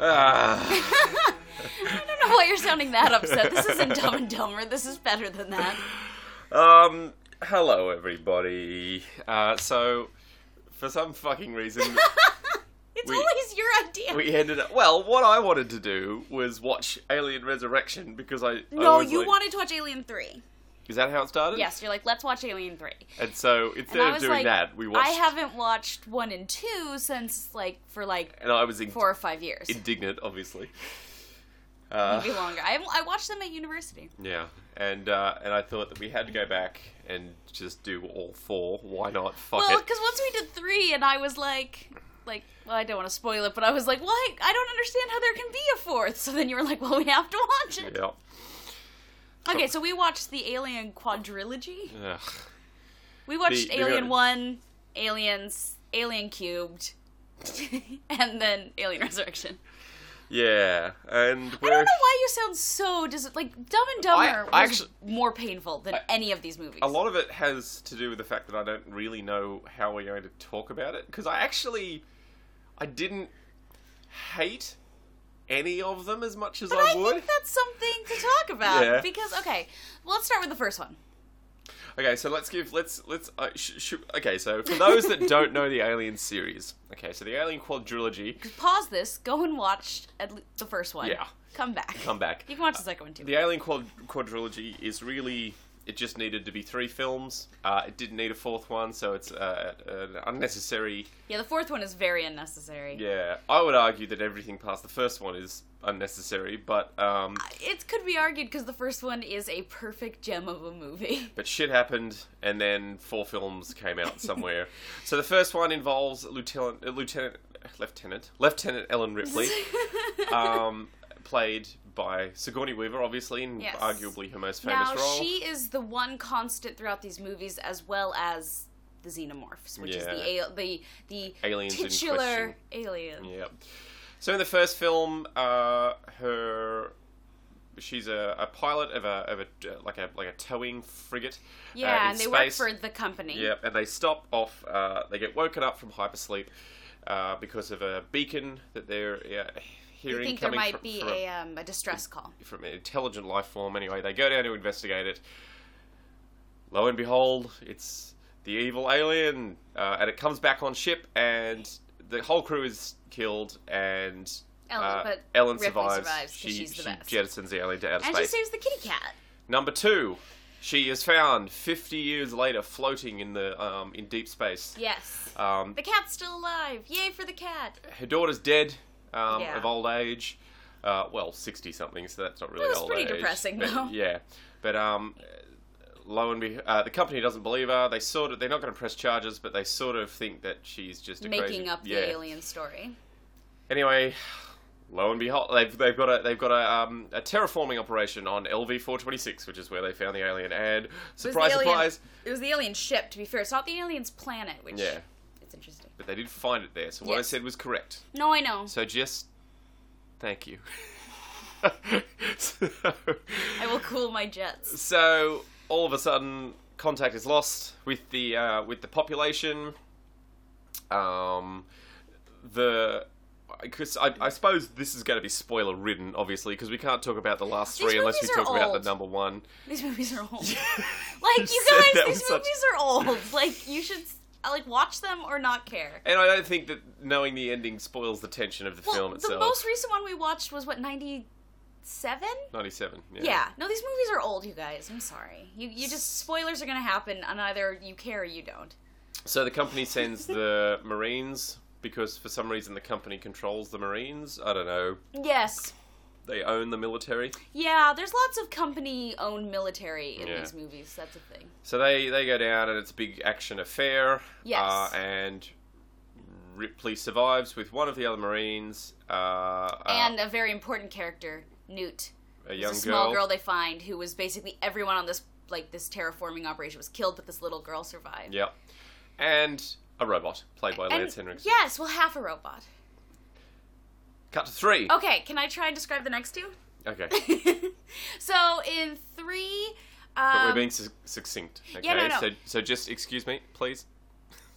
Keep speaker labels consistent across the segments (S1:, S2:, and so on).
S1: Ah,
S2: I don't know why you're sounding that upset. This isn't Dumb and Dumber. This is better than that.
S1: um, hello everybody. Uh, so, for some fucking reason,
S2: It's
S1: We-
S2: always your idea.
S1: we ended up. Well, what I wanted to do was watch Alien Resurrection because I. I
S2: no,
S1: was
S2: you
S1: like-
S2: wanted to watch Alien 3.
S1: Is that how it started?
S2: Yes, you're like, let's watch Alien 3.
S1: And so
S2: And
S1: instead
S2: I
S1: of
S2: was
S1: doing
S2: like,
S1: that, we watched.
S2: I haven't watched 1 and 2 since, like, for like
S1: And I was in-
S2: 4 or 5 years.
S1: indignant, obviously. Uh,
S2: Maybe longer. I, I watched them at university.
S1: Yeah, and uh, and I thought that we had to go back and just do all four. Why not? Fuck
S2: Well,
S1: it.
S2: because once we did 3, and I was like, like, well, I don't want to spoil it, but I was like, well, I, I don't understand how there can be a fourth. So then you were like, well, we have to watch it.
S1: Yeah.
S2: Okay, so we watched the Alien quadrilogy.
S1: Ugh.
S2: We watched
S1: The- the-
S2: Alien One, Aliens, Alien Cubed, and then Alien Resurrection.
S1: Yeah, and we're.
S2: I don't know why you sound so dis- like Dumb and Dumber
S1: I
S2: was
S1: actu-
S2: more painful than
S1: I-
S2: any of these movies.
S1: A lot of it has to do with the fact that I don't really know how we're going to talk about it because I actually, I didn't hate any of them as much as
S2: but
S1: I,
S2: I,
S1: would.
S2: think that's something to talk about
S1: Yeah.
S2: because okay, well, let's start with the first one.
S1: Okay, so let's give let's let's uh, sh- sh- okay. So for those that don't know the Alien series, okay, so the Alien quadrilogy.
S2: Pause this. Go and watch at le- the first one.
S1: Yeah.
S2: Come back.
S1: Come back.
S2: You can watch the second one too.
S1: The Alien quad- quadrilogy is really it just needed to be three films. Uh, it didn't need a fourth one, so it's uh, an unnecessary.
S2: Yeah, the fourth one is very unnecessary.
S1: Yeah, I would argue that everything past the first one is unnecessary, but um,
S2: It could be argued because the first one is a perfect gem of a movie.
S1: but shit happened, and then four films came out somewhere. so the first one involves Lieutenant uh, Lieutenant Lieutenant Lieutenant Ellen Ripley, um, played by Sigourney Weaver, obviously, and
S2: Yes.
S1: arguably her most famous
S2: Now
S1: role.
S2: she is the one constant throughout these movies, as well as the xenomorphs, which is the
S1: Yeah.
S2: al- the the
S1: Aliens in
S2: titular alien.
S1: Yep. So in the first film, uh, her she's a, a pilot of a of a like a like a towing frigate. uh,
S2: Yeah,
S1: in
S2: and they
S1: space.
S2: work for the company.
S1: Yep, and they stop off. Uh, they get woken up from hypersleep uh, because of a beacon that they're uh,
S2: I
S1: hearing
S2: think there
S1: coming
S2: might
S1: from,
S2: be
S1: from
S2: a um, a distress call.
S1: from an intelligent life form. Anyway, they go down to investigate it. Lo and behold, it's the evil alien, uh, and it comes back on ship, and the whole crew is killed, and
S2: Ellen-
S1: uh,
S2: but
S1: Ellen
S2: Ripley
S1: survives.
S2: survives 'cause
S1: she
S2: she's the
S1: she
S2: best.
S1: jettisons the alien to outer
S2: And she
S1: space.
S2: saves the kitty cat.
S1: Number two, she is found 50 years later, floating in the um, in deep space.
S2: Yes.
S1: Um,
S2: the cat's still alive. Yay for the cat.
S1: her daughter's dead um,
S2: Yeah.
S1: of old age. Uh, well, sixty something, so that's not really
S2: was
S1: old
S2: pretty
S1: age.
S2: depressing,
S1: but-
S2: though.
S1: Yeah, but um, lo and be, uh, the company doesn't believe her. They sort of they're not going to press charges, but they sort of think that she's just a
S2: Making
S1: crazy,
S2: up the
S1: yeah.
S2: alien story.
S1: Anyway, lo and behold, they've they've got a they've got a um, a terraforming operation on LV four twenty six, which is where they found the alien. And
S2: It was
S1: surprise,
S2: the alien-
S1: surprise,
S2: It was the alien ship, to be fair. It's not the alien's planet, which
S1: Yeah.
S2: it's interesting.
S1: but they did find it there. So what I
S2: Yes.
S1: said was correct.
S2: No, I know.
S1: So just thank you. so,
S2: I will cool my jets.
S1: so all of a sudden, contact is lost with the uh, with the population. Um, the because I, I suppose this is going to be spoiler ridden, obviously, because we can't talk about the last
S2: These
S1: three unless we
S2: movies are
S1: talk about
S2: old.
S1: the number one.
S2: These movies are old. Like you
S1: said
S2: guys,
S1: that
S2: these
S1: with such-
S2: movies are old. Like you should uh, like watch them or not care.
S1: And I don't think that knowing the ending spoils the tension of the
S2: Well,
S1: film
S2: the
S1: itself.
S2: most recent one we watched was what ninety seven.
S1: Ninety-seven. Yeah.
S2: Yeah. No, these movies are old, you guys. I'm sorry. You you just spoilers are gonna happen, and either you care or you don't.
S1: So the company sends the Marines because for some reason the company controls the Marines. I don't know.
S2: Yes.
S1: They own the military.
S2: Yeah. There's lots of company-owned military in
S1: Yeah.
S2: these movies. That's a thing.
S1: So they, they go down and it's a big action affair.
S2: Yes.
S1: Uh, and Ripley survives with one of the other Marines, uh, uh,
S2: and a very important character, Newt.
S1: a
S2: It's
S1: young
S2: a small girl they find who was basically everyone on this like this terraforming operation was killed, but this little girl survived.
S1: Yep. And a robot played by
S2: And-
S1: Lance Henriksen.
S2: Yes, well, half a robot.
S1: Cut to three.
S2: Okay, can I try and describe the next two?
S1: Okay.
S2: so in three,
S1: But
S2: um,
S1: we're being su- succinct. Okay.
S2: yeah, no, no.
S1: So so just excuse me, please.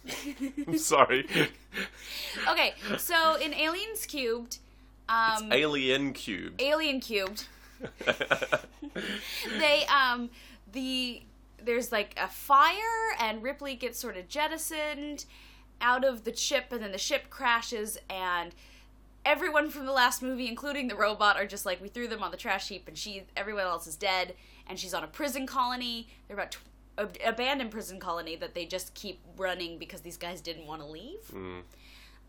S1: I'm sorry.
S2: okay. So in Aliens Cubed, Um,
S1: Alien cubed.
S2: Alien cubed. They um the there's like a fire and Ripley gets sort of jettisoned out of the ship and then the ship crashes and everyone from the last movie including the robot are just like we threw them on the trash heap and she everyone else is dead and she's on a prison colony. They're about tw- ab- abandoned prison colony that they just keep running because these guys didn't want to leave. Um,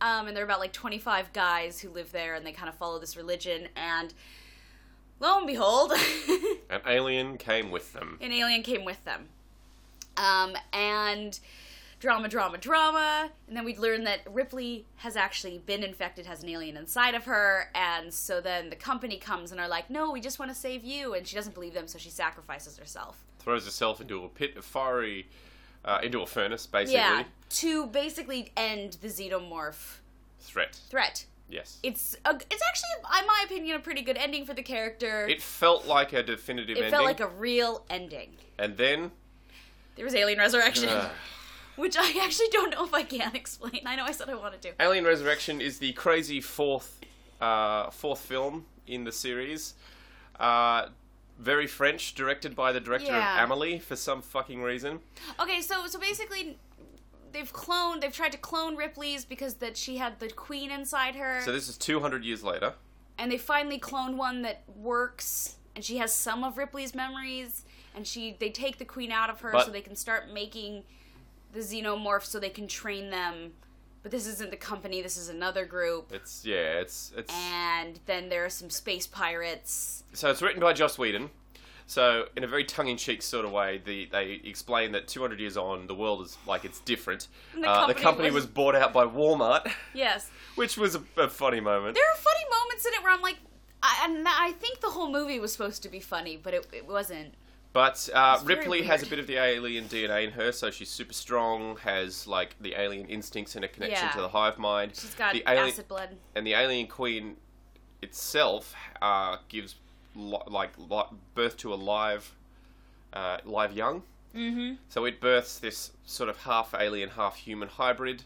S2: and they're about like 25 guys who live there and they kind of follow this religion and lo and behold
S1: An alien came with them.
S2: an alien came with them. Um, and drama, drama, drama. And then we'd learn that Ripley has actually been infected, has an alien inside of her. And so then the company comes and are like, no, we just want to save you. And she doesn't believe them, so she sacrifices herself.
S1: Throws herself into a pit of fiery, uh, into a furnace, basically.
S2: Yeah, to basically end the xenomorph
S1: Threat.
S2: threat.
S1: Yes. It,
S2: It's a, it's actually, in my opinion, a pretty good ending for the character.
S1: felt like a definitive
S2: It
S1: ending.
S2: felt like a real ending.
S1: And then.
S2: There was alien resurrection.
S1: uh,
S2: which I actually don't know if I can explain. I know I said I wanted to.
S1: Alien Resurrection is the crazy fourth uh, fourth film in the series. Uh, very French, directed by the director
S2: Yeah.
S1: of Amelie for some fucking reason.
S2: Okay, so so basically, they've cloned. They've tried to clone Ripley's because that she had the queen inside her,
S1: So this is 200 years later.
S2: and they finally cloned one that works, and she has some of Ripley's memories, and she they take the queen out of her
S1: But-
S2: so they can start making the xenomorph so they can train them. But this isn't the company. This is another group.
S1: It's yeah, it's it's
S2: And then there are some space pirates.
S1: so it's written by Joss Whedon. So in a very tongue-in-cheek sort of way, the, they explain that 200 years on, the world is like it's different.
S2: And the
S1: uh, the
S2: company
S1: company was
S2: was-
S1: bought out by Walmart,
S2: Yes.
S1: which was a, a funny moment.
S2: there are funny moments in it where I'm like, I, and I think the whole movie was supposed to be funny, but it, it wasn't.
S1: But uh,
S2: It's very
S1: Ripley has a
S2: weird.
S1: bit of the alien DNA in her, so she's super strong, has like the alien instincts and a connection
S2: Yeah.
S1: to the hive mind.
S2: She's got
S1: the alien,
S2: acid blood.
S1: and the alien queen itself uh, gives li- like li- birth to a live, uh, live young.
S2: Mm-hmm.
S1: So it births this sort of half alien, half human hybrid,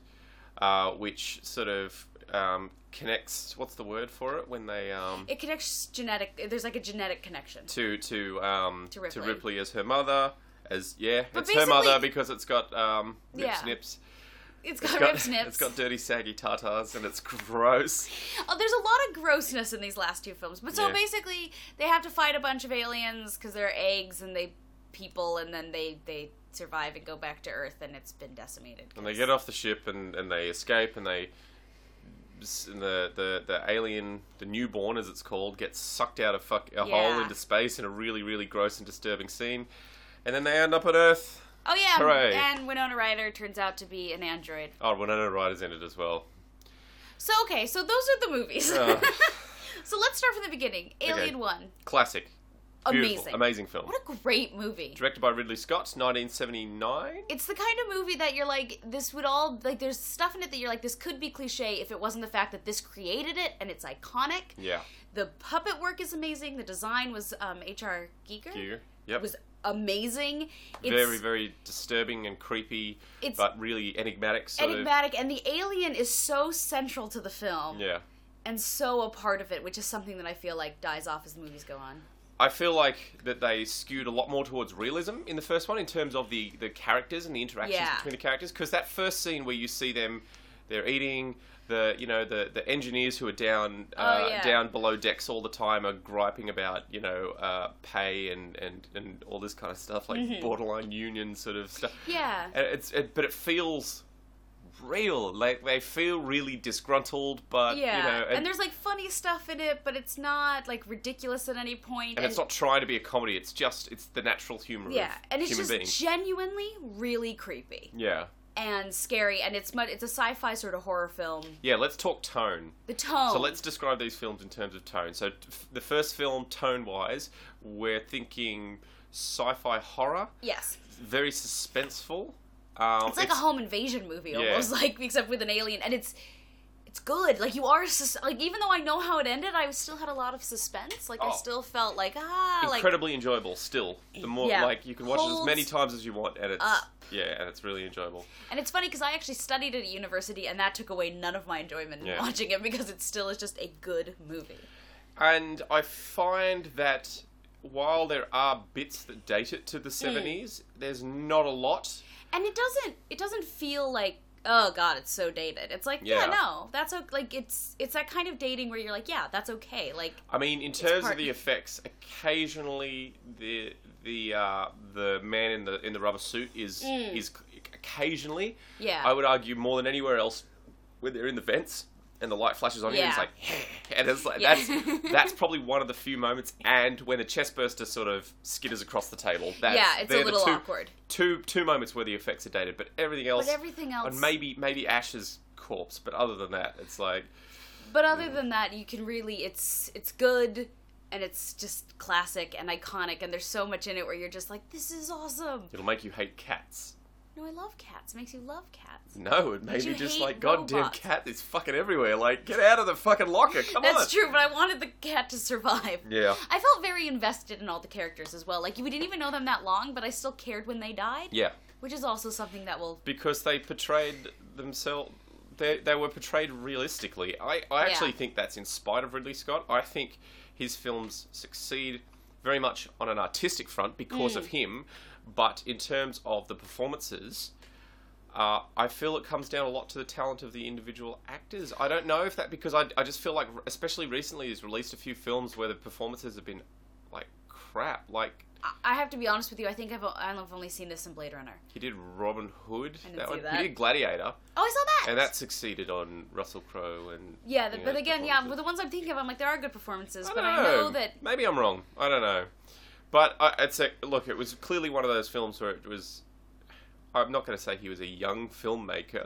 S1: uh, which sort of um, connects. What's the word for it when they um,
S2: It connects genetic. There's like a genetic connection.
S1: to to um to Ripley,
S2: Ripley.
S1: as her mother as yeah
S2: But
S1: it's her mother
S2: basically-
S1: because it's got um rip
S2: Yeah.
S1: snips
S2: It's got,
S1: It's
S2: rip
S1: got-
S2: snips.
S1: it's got dirty saggy tartars and it's gross
S2: Oh, there's a lot of grossness in these last two films. But so
S1: Yeah.
S2: basically, they have to fight a bunch of aliens because they're eggs and they people, and then they they survive and go back to Earth, and it's been decimated.
S1: and they get off the ship and and they escape and they and the, the the alien the newborn as it's called gets sucked out of fuck a hole
S2: Yeah.
S1: into space in a really really gross and disturbing scene and then they end up on earth
S2: Oh yeah,
S1: Hooray.
S2: and Winona Ryder turns out to be an android.
S1: oh Winona Ryder's in it as well
S2: So okay, so those are the movies.
S1: Ugh.
S2: so let's start from the beginning. Alien One,
S1: classic Beautiful,
S2: amazing,
S1: amazing film
S2: What a great movie!
S1: directed by Ridley Scott 1979
S2: It's the kind of movie that you're like, this would all like. There's stuff in it that you're like, this could be cliche if it wasn't the fact that this created it and it's iconic.
S1: yeah
S2: The puppet work is amazing. The design was um, H.R. Giger.
S1: Giger. Yep.
S2: was amazing. It's
S1: very, very disturbing and creepy,
S2: It's-
S1: but really enigmatic. Sort
S2: enigmatic, and the alien is so central to the film
S1: Of, yeah,
S2: and so a part of it, which is something that I feel like dies off as the movies go on.
S1: I feel like that they skewed a lot more towards realism in the first one in terms of the the characters and the interactions
S2: Yeah.
S1: between the characters. Because that first scene where you see them, they're eating. The you know the the engineers who are down uh,
S2: Oh, yeah.
S1: down below decks all the time are griping about you know uh, pay and, and and all this kind of stuff like borderline union sort of stuff.
S2: Mm-hmm. Yeah.
S1: And it's it, but it feels real. Like they feel really disgruntled, but
S2: Yeah,
S1: you know,
S2: and, there's like funny stuff in it, but it's not like ridiculous at any point.
S1: and it's not trying to be a comedy. It's just it's the natural humor.
S2: yeah,
S1: of
S2: and it's
S1: human
S2: just
S1: beings.
S2: genuinely really creepy
S1: yeah,
S2: and scary, and it's mu- it's a sci-fi sort of horror film.
S1: yeah. Let's talk tone.
S2: The tone,
S1: So let's describe these films in terms of tone. So t- f- the first film, tone-wise, we're thinking sci-fi horror,
S2: yes,
S1: very suspenseful. Um,
S2: it's like a home invasion movie
S1: Yeah.
S2: almost, like except with an alien, and it's it's good. Like you are sus- like even though I know how it ended, I still had a lot of suspense. Like I
S1: Oh.
S2: still felt like ah, like
S1: Incredibly enjoyable. Still, the more
S2: Yeah.
S1: like you can watch it as many
S2: Holds
S1: times as you want, and it's
S2: up.
S1: yeah, and it's really enjoyable.
S2: and it's funny because I actually studied it at university, and that took away none of my enjoyment in
S1: Yeah.
S2: watching it because it still is just a good movie.
S1: And I find that while there are bits that date it to
S2: Mm.
S1: the 70s, there's not a lot.
S2: and it doesn't it doesn't feel like oh god it's so dated it's like yeah,
S1: Yeah.
S2: no that's o- like it's it's that kind of dating where you're like yeah that's okay like
S1: I mean, in terms
S2: part-
S1: of the effects, occasionally the the uh, the man in the in the rubber suit is is occasionally.
S2: Mm. Yeah.
S1: I would argue more than anywhere else when they're in the vents and the light flashes on him. It's
S2: Yeah.
S1: like, and it's like
S2: Yeah.
S1: that's that's probably one of the few moments. And when the chestburster sort of skitters across the table, that's,
S2: yeah it's
S1: they're
S2: a
S1: the
S2: little
S1: two-
S2: awkward
S1: two two moments where the effects are dated, but everything else,
S2: but everything else
S1: and maybe maybe Ash's corpse, but other than that, it's like
S2: but other than that you can really it's it's good and it's just classic and iconic and there's so much in it where you're just like this is awesome
S1: it'll make you hate cats.
S2: no i love cats it makes you love cats
S1: No, it made
S2: you
S1: me just
S2: hate
S1: like goddamn
S2: robots."
S1: cat is fucking everywhere. Like get out of the fucking locker, come
S2: that's
S1: on.
S2: true but i wanted the cat to survive
S1: Yeah,
S2: I felt very invested in all the characters as well. Like we didn't even know them that long, but I still cared when they died.
S1: yeah,
S2: Which is also something that will.
S1: because they portrayed themselves. They, they were portrayed realistically. I, I actually
S2: Yeah.
S1: think that's in spite of Ridley Scott. I think his films succeed very much on an artistic front because
S2: Mm.
S1: of him, but in terms of the performances, Uh, I feel it comes down a lot to the talent of the individual actors. I don't know if that because I, I just feel like, especially recently, he's released a few films where the performances have been like crap. Like
S2: I- I have to be honest with you. I think I've I've only seen this in Blade Runner.
S1: he did Robin Hood.
S2: I didn't see that.
S1: He did Gladiator,
S2: Oh, I saw that.
S1: and that succeeded on Russell Crowe and
S2: Yeah, the,
S1: you know,
S2: but again, yeah, with
S1: performances.
S2: the ones I'm thinking of, I'm like there are good performances, but
S1: don't
S2: I know that
S1: maybe I'm wrong. I don't know, but I, it's a look. It was clearly one of those films where it was. I'm not going to say he was a young filmmaker,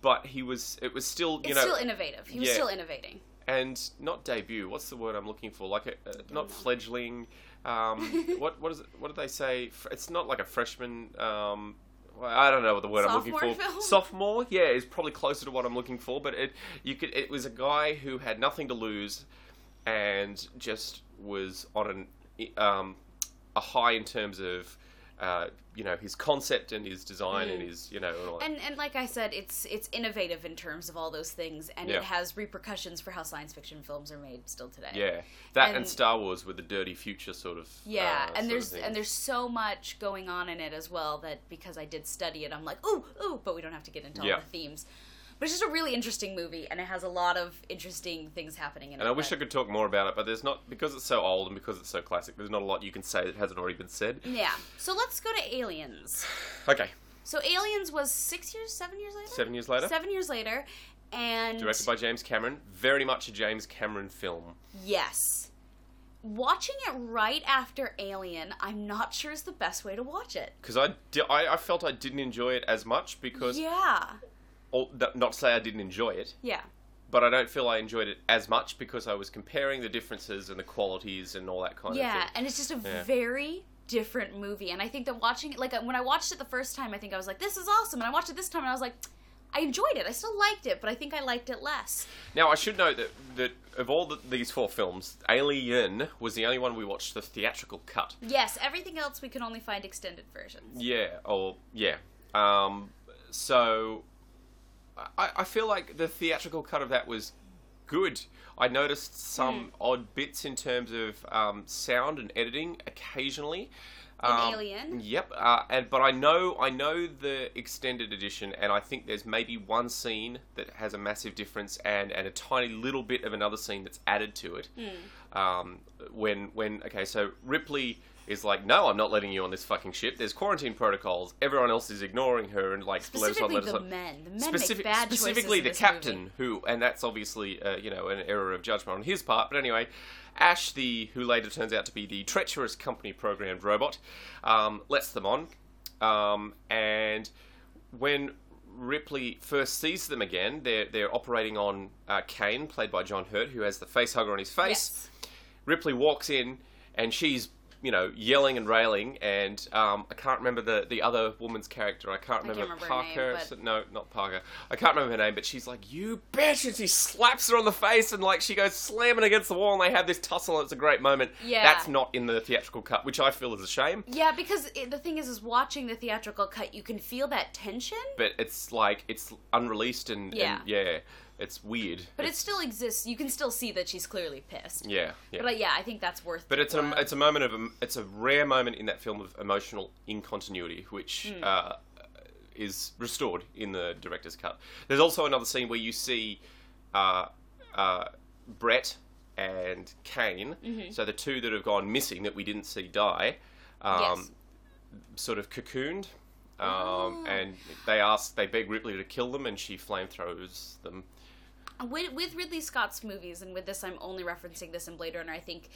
S1: but he was. It was still you
S2: it's
S1: know
S2: still innovative. He was
S1: yeah.
S2: still innovating.
S1: and not debut. What's the word I'm looking for? Like a, uh, not fledgling. Um, what what is it, what do they say? F- It's not like a freshman. Um, well, I don't know what the word I'm
S2: Sophomore
S1: looking for.
S2: film?
S1: Sophomore, yeah, is probably closer to what I'm looking for. But it you could it was a guy who had nothing to lose, and just was on an um, a high in terms of. Uh, you know his concept and his design and his you know and all that.
S2: Mm. And and like I said, it's it's innovative in terms of all those things, and
S1: Yeah.
S2: it has repercussions for how science fiction films are made still today.
S1: yeah that and,
S2: and-
S1: Star Wars with the dirty future sort of uh,
S2: Yeah,
S1: sort of
S2: and there's
S1: thing.
S2: and there's so much going on in it as well that because I did study it, I'm like, ooh, ooh, but we don't have to get into
S1: Yeah.
S2: all the themes. But it's just a really interesting movie, and it has a lot of interesting things happening in it.
S1: And I wish I
S2: that-
S1: could talk more about it, but there's not because it's so old and because it's so classic. There's not a lot you can say that hasn't already been said.
S2: Yeah. So let's go to Aliens.
S1: Okay,
S2: So Aliens was six years, seven years later.
S1: seven years later,
S2: Seven years later, and
S1: directed by James Cameron, very much a James Cameron film.
S2: yes, watching it right after Alien, I'm not sure is the best way to watch it.
S1: Because I, di- I, I felt I didn't enjoy it as much because
S2: Yeah.
S1: all, th- not to say I didn't enjoy it,
S2: Yeah.
S1: but I don't feel I enjoyed it as much because I was comparing the differences and the qualities and all that kind of
S2: Yeah,
S1: thing.
S2: and it's just a
S1: Yeah.
S2: very different movie. And I think that watching it, like uh, when I watched it the first time, I think I was like, "This is awesome," and I watched it this time, and I was like, "I enjoyed it. I still liked it, but I think I liked it less."
S1: Now I should note that that of all the, these four films, Alien was the only one we watched the theatrical cut.
S2: Yes, everything else we could only find extended versions.
S1: Yeah, or yeah. Um, so I, I feel like the theatrical cut of that was good. I noticed some odd bits in terms of um, sound and editing occasionally. Um,
S2: Alien?
S1: Yep, uh, and but I know I know the extended edition, and I think there's maybe one scene that has a massive difference, and and a tiny little bit of another scene that's added to it. Um, when when okay, so Ripley is like, no, I'm not letting you on this fucking ship. There's quarantine protocols. Everyone else is ignoring her and like let us on,
S2: Specifically,
S1: let us
S2: the
S1: on.
S2: men. The men
S1: Specific-
S2: make bad
S1: specifically
S2: choices in
S1: the
S2: this
S1: captain
S2: movie.
S1: who and that's obviously uh, you know an error of judgment on his part but anyway ash the who later turns out to be the treacherous company programmed robot um, lets them on um, and when ripley first sees them again they're, they're operating on uh, kane played by john hurt who has the face hugger on his face
S2: Yes.
S1: ripley walks in and she's you know, yelling and railing, and um, I can't remember the, the other woman's character. I can't
S2: can't
S1: remember,
S2: remember her
S1: Parker.
S2: name, but-
S1: so- No, not Parker. I can't remember her name, but she's like, "You bitch!" and she slaps her on the face, and like she goes slamming against the wall, and they have this tussle, and it's a great moment.
S2: Yeah.
S1: that's not in the theatrical cut, which I feel is a shame.
S2: Yeah, because it, the thing is, is watching the theatrical cut, you can feel that tension,
S1: But it's like it's unreleased, and
S2: Yeah.
S1: and, yeah it's weird.
S2: but it still exists. You can still see that she's clearly pissed.
S1: yeah, yeah.
S2: But yeah, I think that's worth.
S1: But
S2: the
S1: it's a
S2: while.
S1: it's a moment of it's a rare moment in that film of emotional incontinuity, which uh, is restored in the director's cut. There's also another scene where you see uh, uh, Brett and Kane, so the two that have gone missing that we didn't see die, um,
S2: Yes.
S1: sort of cocooned. Um, And they ask, they beg Ripley to kill them, and she flamethrowers them.
S2: with, with Ridley Scott's movies, and with this, I'm only referencing this in Blade Runner. I think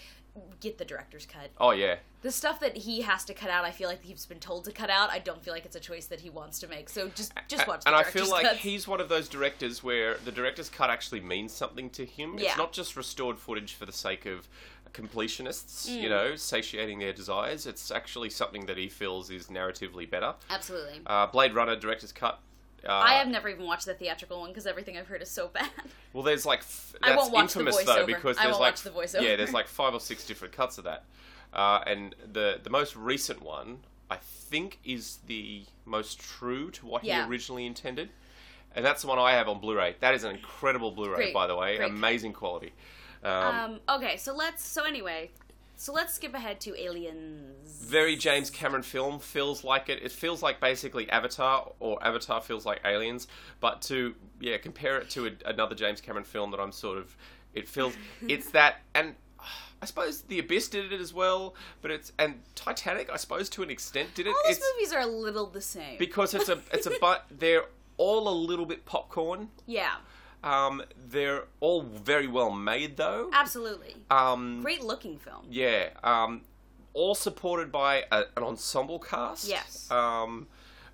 S2: get the director's cut.
S1: Oh yeah,
S2: The stuff that he has to cut out, I feel like he's been told to cut out. I don't feel like it's a choice that he wants to make. So just just watch.
S1: and
S2: the
S1: I feel
S2: director's
S1: like
S2: cuts.
S1: he's one of those directors where the director's cut actually means something to him.
S2: Yeah.
S1: It's not just restored footage for the sake of completionists,
S2: Mm.
S1: you know, satiating their desires. It's actually something that he feels is narratively better.
S2: absolutely.
S1: Uh, Blade Runner director's cut. Uh,
S2: I have never even watched the theatrical one because everything I've heard is so bad.
S1: well, there's like f-
S2: I
S1: that's
S2: won't watch the
S1: infamous though
S2: voiceover.
S1: because
S2: I
S1: there's
S2: won't
S1: like
S2: watch the voiceover.
S1: yeah, there's like five or six different cuts of that, uh, and the the most recent one I think is the most true to what
S2: Yeah.
S1: he originally intended, and that's the one I have on Blu-ray. That is an incredible Blu-ray,
S2: Great-
S1: by the way,
S2: great cut.
S1: amazing quality. Um,
S2: Um, okay, so let's. So anyway, so let's skip ahead to Aliens.
S1: very James Cameron film feels like it. It feels like basically Avatar, or Avatar feels like Aliens. But to yeah, compare it to a, another James Cameron film that I'm sort of, it feels it's that, and uh, I suppose The Abyss did it as well. But it's and Titanic, I suppose to an extent did it.
S2: All these
S1: it's
S2: movies are a little the same.
S1: because it's a it's a but they're all a little bit popcorn.
S2: yeah,
S1: Um, they're all very well made though.
S2: absolutely.
S1: Um,
S2: Great looking film.
S1: yeah. Um, all supported by a, an ensemble cast.
S2: Yes.
S1: Um,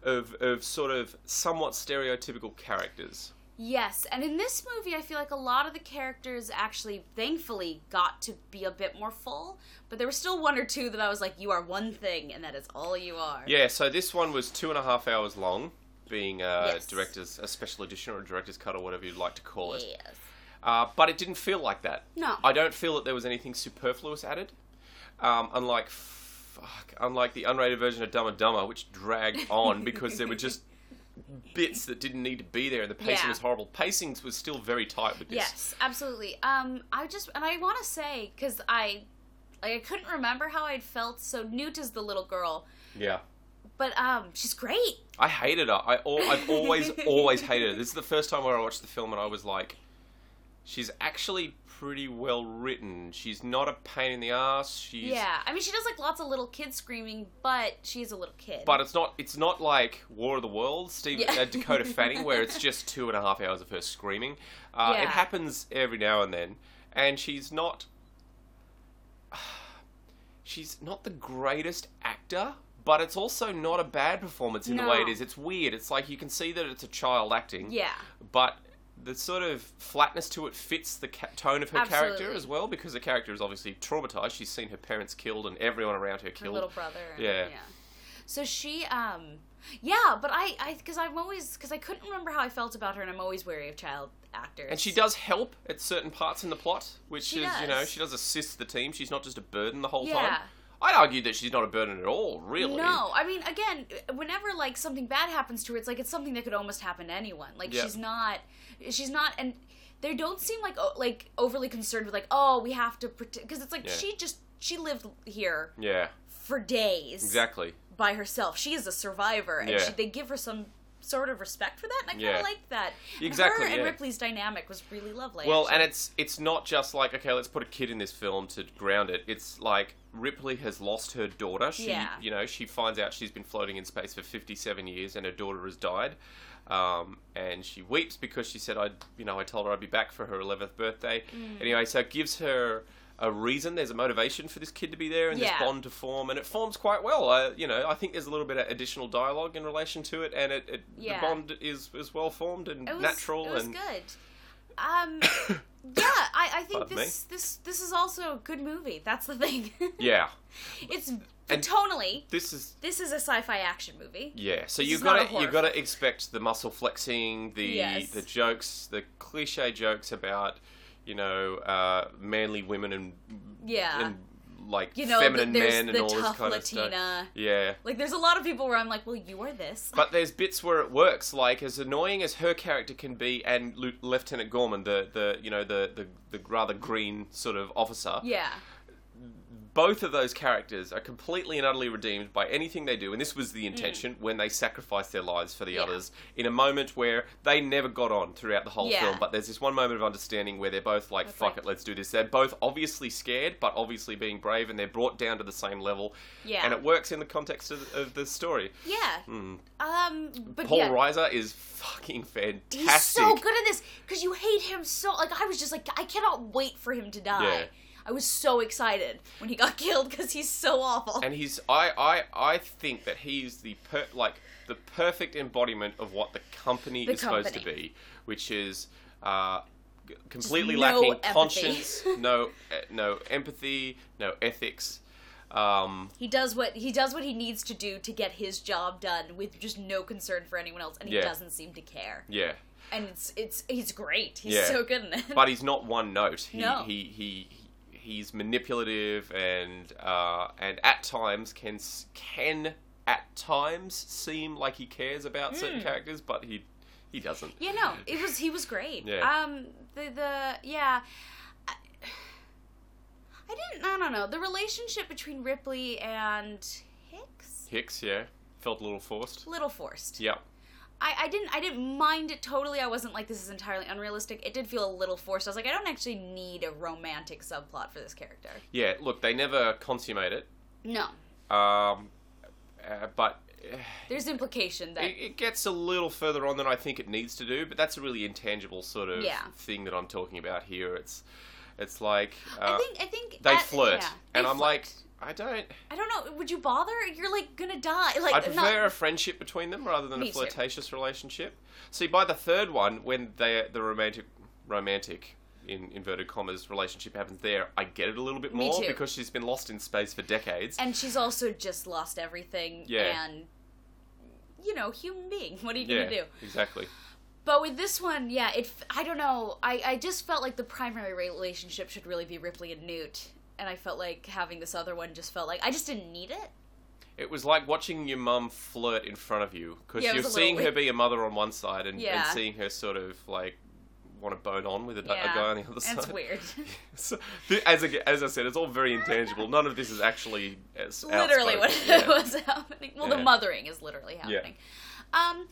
S1: of, of sort of somewhat stereotypical characters.
S2: Yes, and in this movie, I feel like a lot of the characters actually, thankfully, got to be a bit more full. But there were still one or two that I was like, "You are one thing, and that is all you are."
S1: Yeah, so this one was two and a half hours long, being a
S2: Yes.
S1: director's a special edition or a director's cut or whatever you'd like to call it.
S2: Yes.
S1: Uh, but it didn't feel like that.
S2: No.
S1: I don't feel that there was anything superfluous added. Um, unlike fuck, unlike the unrated version of Dumb and Dumber, which dragged on because there were just bits that didn't need to be there, and the pacing
S2: Yeah.
S1: was horrible. Pacing was still very tight with this.
S2: Yes, absolutely. Um, I just and I want to say because I, like, I couldn't remember how I'd felt. So Newt is the little girl,
S1: Yeah.
S2: but um, she's great.
S1: I hated her. I al- I've always always hated her. This is the first time where I watched the film and I was like, she's actually pretty well written. She's not a pain in the ass. She's
S2: Yeah, I mean, she does like lots of little kids screaming, but she's a little kid.
S1: But it's not it's not like War of the Worlds, Steve
S2: Yeah.
S1: uh, Dakota Fanning, where it's just two and a half hours of her screaming. Uh,
S2: Yeah.
S1: It happens every now and then, and she's not she's not the greatest actor, but it's also not a bad performance in the way
S2: No.
S1: it is. It's weird. It's like you can see that it's a child acting.
S2: yeah,
S1: But the sort of flatness to it fits the ca- tone of her character
S2: Absolutely.
S1: as well, because the character is obviously traumatized. She's seen her parents killed and everyone around her
S2: her
S1: killed.
S2: little brother. and-
S1: Yeah.
S2: So she, um, yeah, but I, I, because I'm always, because I couldn't remember how I felt about her, and I'm always wary of child actors.
S1: And she does help at certain parts in the plot, which
S2: She
S1: is, you know,
S2: does.
S1: she does assist the team. She's not just a burden the whole time.
S2: Yeah.
S1: I'd argue that she's not a burden at all, really.
S2: No, I mean, again, whenever like something bad happens to her, it's like it's something that could almost happen to anyone. Like
S1: Yeah.
S2: she's not, she's not, and they don't seem like o- like overly concerned with like, oh, we have to protect, because it's like
S1: Yeah.
S2: she just she lived here
S1: Yeah,
S2: for days
S1: exactly.
S2: by herself. She is a survivor, and
S1: Yeah.
S2: she, they give her some sort of respect for that, and I kind
S1: Yeah.
S2: of like that. And
S1: Exactly,
S2: her and
S1: yeah.
S2: Ripley's dynamic was really lovely.
S1: Well,
S2: actually.
S1: and it's it's not just like okay, let's put a kid in this film to ground it. It's like Ripley has lost her daughter. She,
S2: Yeah.
S1: you know, she finds out she's been floating in space for 57 years and her daughter has died. Um, and she weeps because she said I, you know, I told her I'd be back for her 11th birthday.
S2: Mm.
S1: Anyway, so it gives her a reason. There's a motivation for this kid to be there and
S2: Yeah.
S1: this bond to form, and it forms quite well. I, you know, I think there's a little bit of additional dialogue in relation to it, and it, it
S2: Yeah.
S1: the bond is is well formed and
S2: it was,
S1: natural
S2: It was
S1: and
S2: good. Um, yeah, I, I think
S1: Pardon me?
S2: this this this is also a good movie. That's the thing.
S1: Yeah,
S2: it's
S1: And-
S2: tonally.
S1: this is
S2: This is a sci-fi action movie.
S1: yeah. So
S2: This
S1: you
S2: is not a
S1: got to
S2: horror
S1: you got to expect the muscle flexing, the
S2: Yes.
S1: the jokes, the cliche jokes about you know uh, manly women and
S2: Yeah.
S1: and like
S2: Uh, you know,
S1: feminine
S2: the, there's
S1: men
S2: the
S1: and all this
S2: tough
S1: kind
S2: Latina.
S1: of stuff. Yeah.
S2: Like, there's a lot of people where I'm like, well, you are this.
S1: But there's bits where it works, like as annoying as her character can be, and Lu- Lieutenant Gorman, the, the you know the, the the rather green sort of officer,
S2: yeah.
S1: both of those characters are completely and utterly redeemed by anything they do, and this was the intention when they sacrificed their lives for the
S2: Mm. Yeah.
S1: others in a moment where they never got on throughout the whole
S2: Yeah.
S1: film. But there's this one moment of understanding where they're both like,
S2: That's
S1: "Fuck
S2: right.
S1: it, let's do this." They're both obviously scared, but obviously being brave, and they're brought down to the same level,
S2: Yeah.
S1: and it works in the context of, of the story.
S2: Yeah. Um, but
S1: Hmm. Paul
S2: yeah.
S1: Reiser is fucking fantastic.
S2: He's so good at this because you hate him so. Like I was just like I cannot wait for him to die.
S1: Yeah.
S2: I was so excited when he got killed because he's so awful.
S1: and he's I I I think that he's the per, like the perfect embodiment of what the company
S2: The
S1: is supposed to
S2: company.
S1: be, which is uh, g- completely
S2: no
S1: lacking
S2: empathy.
S1: conscience, no eh, no empathy, no ethics. Um,
S2: he does what he does what he needs to do to get his job done with just no concern for anyone else, and he
S1: Yeah.
S2: doesn't seem to care.
S1: yeah,
S2: And it's it's he's great. He's
S1: Yeah.
S2: so good in it.
S1: but he's not one note. He,
S2: No.
S1: he he he's manipulative and uh, and at times can s- can at times seem like he cares about certain characters, but he he doesn't.
S2: Hmm. Yeah, no, it was he was great.
S1: Yeah.
S2: Um, the the yeah, I, I didn't. I don't know the relationship between Ripley and Hicks.
S1: Hicks, yeah, felt a little forced.
S2: Little forced.
S1: Yeah,
S2: I, I didn't I didn't mind it totally. I wasn't like this is entirely unrealistic. It did feel a little forced. I was like, I don't actually need a romantic subplot for this character.
S1: yeah. Look, they never consummate it,
S2: No.
S1: um, uh, but eh,
S2: There's implication that
S1: it, it gets a little further on than I think it needs to do. But that's a really intangible sort of
S2: Yeah.
S1: thing that I'm talking about here. It's, it's like uh,
S2: I think I think
S1: they
S2: at-
S1: flirt,
S2: yeah, they
S1: and I'm
S2: flirt.
S1: like, I don't.
S2: I don't know, would you bother? You're like gonna die. Like
S1: I prefer
S2: not
S1: a friendship between them rather than
S2: Me
S1: a
S2: too.
S1: flirtatious relationship. See, by the third one, when they the romantic romantic in inverted commas relationship happens there, I get it a little bit
S2: Me
S1: more
S2: too.
S1: because she's been lost in space for decades.
S2: and she's also just lost everything
S1: Yeah.
S2: and you know, human being. What are you
S1: yeah,
S2: gonna do?
S1: exactly.
S2: But with this one, yeah, it. f- I don't know. I, I just felt like the primary relationship should really be Ripley and Newt, and I felt like having this other one just felt like I just didn't need it.
S1: It was like watching your mum flirt in front of you because
S2: Yeah, it
S1: you're
S2: was a little
S1: seeing her
S2: weird.
S1: be a mother on one side and, and
S2: Yeah.
S1: seeing her sort of like want to bone on with a, d- a
S2: Yeah,
S1: guy on the other side.
S2: That's weird.
S1: So, th- as, I, as I said, it's all very intangible. None of this is actually as
S2: literally what
S1: outspoken. Yeah.
S2: was happening. Well,
S1: Yeah.
S2: the mothering is literally happening. Um,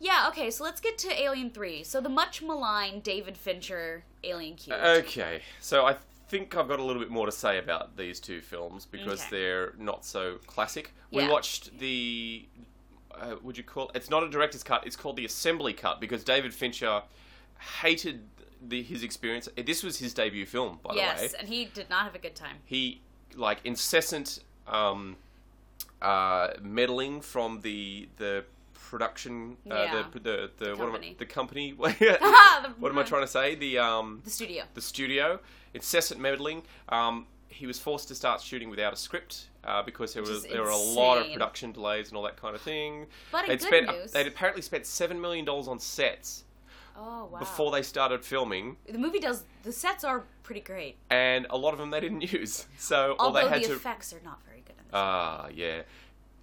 S2: yeah. Okay, so let's get to Alien Three. So the much maligned David Fincher Alien Cube.
S1: Uh, Okay, so I think I've got a little bit more to say about these two films because
S2: Okay.
S1: they're not so classic.
S2: Yeah.
S1: We watched the. Uh, would you call it's not a director's cut? It's called the assembly cut because David Fincher hated the, his experience. This was his debut film, by the way.
S2: yes, and he did not have a good time.
S1: He like incessant um, uh, meddling from the the production uh,
S2: Yeah.
S1: the, the the what am I,
S2: company.
S1: the company
S2: The-
S1: what am I trying to say the um
S2: The studio.
S1: the studio, incessant meddling. Um, he was forced to start shooting without a script uh, because there
S2: Which
S1: was
S2: is
S1: there were a lot of
S2: insane.
S1: production delays and all that kind of thing.
S2: But in
S1: they'd
S2: good
S1: spent,
S2: news-
S1: They'd apparently spent seven million dollars on sets
S2: Oh wow.
S1: before they started filming,
S2: the movie does the sets are pretty great,
S1: and a lot of them they didn't use. So all they
S2: although
S1: had
S2: the
S1: to
S2: effects are not very good. In this.
S1: ah yeah.